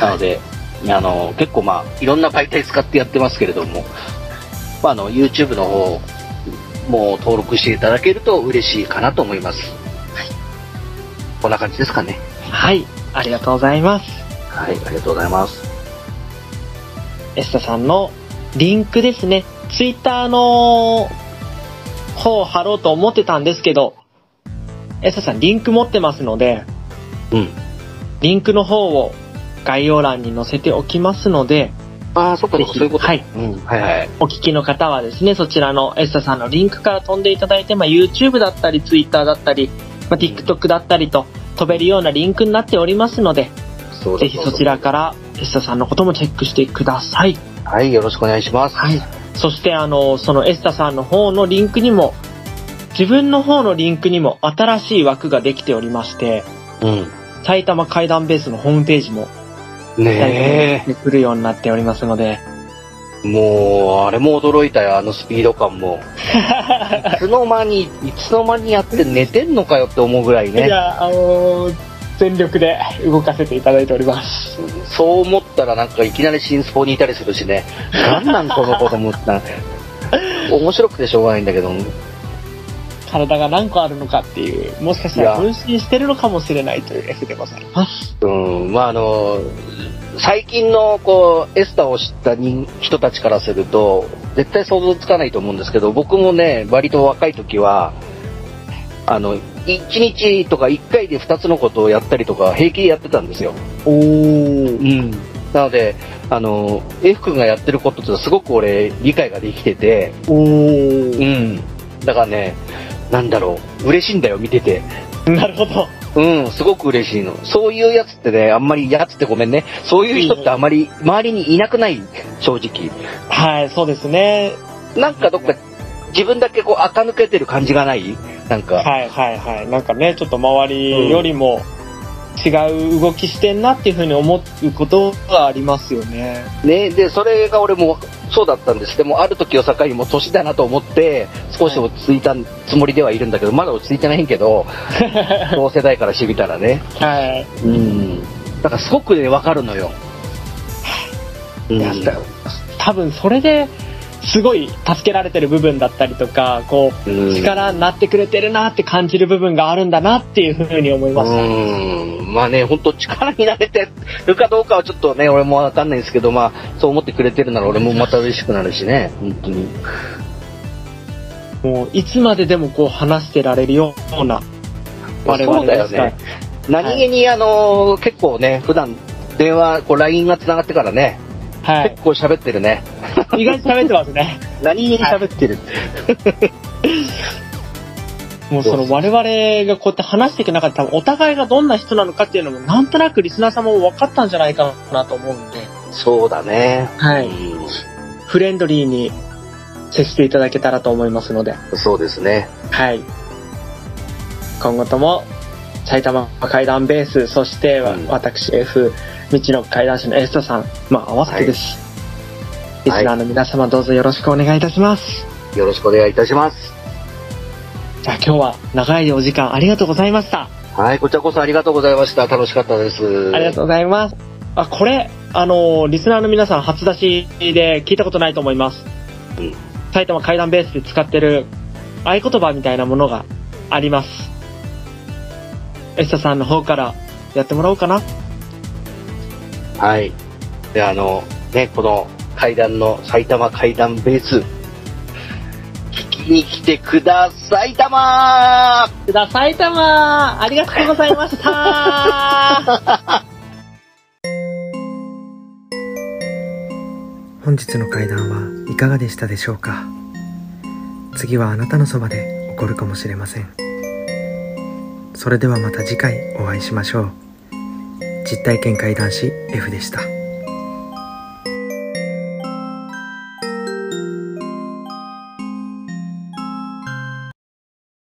[SPEAKER 2] なので、あの結構まあいろんな媒体使ってやってますけれども、まあ、あの YouTube の方も登録していただけると嬉しいかなと思います。こんな感じですかね。
[SPEAKER 4] はい、ありがとうございます。
[SPEAKER 2] はい、ありがとうございます。
[SPEAKER 4] エスタさんのリンクですね。ツイッターの方を貼ろうと思ってたんですけど、エスタさんリンク持ってますので、
[SPEAKER 2] うん。
[SPEAKER 4] リンクの方を概要欄に載せておきますので、
[SPEAKER 2] ああ、そっかそ
[SPEAKER 4] ぜ
[SPEAKER 2] っか、
[SPEAKER 4] ひ
[SPEAKER 2] そういうこと。
[SPEAKER 4] はい。
[SPEAKER 2] うん、はいはい。
[SPEAKER 4] お聞きの方はですね、そちらのエスタさんのリンクから飛んでいただいて、まあ、YouTube だったり、Twitter だったり、まあ、TikTok だったりと飛べるようなリンクになっておりますので、
[SPEAKER 2] そうだ
[SPEAKER 4] ぜひそちら。からエスタさんのこともチェックしてください。
[SPEAKER 2] そうだはい、よろしくお願いします。
[SPEAKER 4] はい。そして、あの、そのエスタさんの方のリンクにも、自分の方のリンクにも新しい枠ができておりまして、
[SPEAKER 2] うん。
[SPEAKER 4] 埼玉階段ベースのホームページも、
[SPEAKER 2] ね
[SPEAKER 4] 来るようになっておりますので、
[SPEAKER 2] え。もう、あれも驚いたよ、あのスピード感も。いつの間に、いつの間にやって寝てんのかよって思うぐらい
[SPEAKER 4] じ
[SPEAKER 2] ね。
[SPEAKER 4] ゃあ、あの全力で動かせていただいております。
[SPEAKER 2] そう思ったらなんかいきなり新スポにいたりするしね。なんなんこの子供ってな。面白くてしょうがないんだけど。
[SPEAKER 4] 体が何個あるのかっていう、もしかしたら
[SPEAKER 2] い
[SPEAKER 4] 分身してるのかもしれないという F でございます。
[SPEAKER 2] うん、まああの、最近のこう、エスターを知った人人たちからすると、絶対想像つかないと思うんですけど、僕もね、割と若い時は、あの、1日とか1回で2つのことをやったりとか、平気でやってたんですよ。
[SPEAKER 4] おー。
[SPEAKER 2] うん。なので、あの、F 君がやってることってすごく俺、理解ができてて、
[SPEAKER 4] お
[SPEAKER 2] う
[SPEAKER 4] ー。
[SPEAKER 2] ん。だからね、なんだろう、嬉しいんだよ、見てて。
[SPEAKER 4] なるほど。
[SPEAKER 2] うん、すごく嬉しいの。そういうやつってね、あんまり、やつってごめんね。そういう人ってあまり、周りにいなくない、正直。
[SPEAKER 4] はい、そうですね。
[SPEAKER 2] なんかどっか、自分だけこう、垢抜けてる感じがないなんか。
[SPEAKER 4] はいはいはい。なんかね、ちょっと周りよりも違う動きしてんなっていうふうに思うことがありますよね。
[SPEAKER 2] ね、で、それが俺も、そうだったんです。でも、ある時を境にもう年だなと思って、少し落ち着いたつもりではいるんだけど、まだ落ち着いてないんけ ど、同世代からしてみたらね。
[SPEAKER 4] はい。
[SPEAKER 2] うん。だからすごくね、わかるのよ。うん
[SPEAKER 4] いや多分それで、すごい助けられてる部分だったりとか、こ
[SPEAKER 2] うん
[SPEAKER 4] う、力になってくれてるなって感じる部分があるんだなっていうふうに思いました。
[SPEAKER 2] うーん、まあね、本当力になれてるかどうかはちょっとね、俺もわかんないんですけど、まあ、そう思ってくれてるなら俺もまた嬉しくなるしね、本当に。
[SPEAKER 4] もう、いつまででもこう話してられるような我々
[SPEAKER 2] そうだよ
[SPEAKER 4] ですから。
[SPEAKER 2] ね。何気に、あの、結構ね、普段、電話、こう、LINE が繋がってからね、
[SPEAKER 4] はい。
[SPEAKER 2] 結構喋ってるね。
[SPEAKER 4] 意外と喋ってますね。
[SPEAKER 2] 何気に喋ってる。
[SPEAKER 4] もうその我々がこうやって話していく中で多分お互いがどんな人なのかっていうのもなんとなくリスナーさんも分かったんじゃないかなと思うんで、
[SPEAKER 2] そうだね。
[SPEAKER 4] は
[SPEAKER 2] う。ん
[SPEAKER 4] フレンドリーに接していただけたらと思いますので、
[SPEAKER 2] そうですね。
[SPEAKER 4] はい。今後とも埼玉階段ベース、そしてわ
[SPEAKER 2] うん
[SPEAKER 4] 私 F、道の階段師のエストさん、まあ合わせてです。リスナーの皆様どうぞよろしくお願いいたします。
[SPEAKER 2] よろしくお願いいたします。
[SPEAKER 4] じゃあ今日は長いお時間ありがとうございました。
[SPEAKER 2] はい、こちらこそありがとうございました。楽しかったです。
[SPEAKER 4] ありがとうございます。あ、これ、あのーリスナーの皆さん初出しで聞いたことないと思います。
[SPEAKER 2] うん
[SPEAKER 4] 埼玉階段ベースで使ってる合言葉みたいなものがあります。エスタさんの方からやってもらおうかな。
[SPEAKER 2] はい。で、あの、ね、この階段の埼玉階段ベース、聞きに来てください、たま
[SPEAKER 4] くだ埼玉ありがとうございました
[SPEAKER 1] 本日の会談はいかがでしたでしょうか次はあなたのそばで起こるかもしれませんそれではまた次回お会いしましょう実体験怪談師 F でした。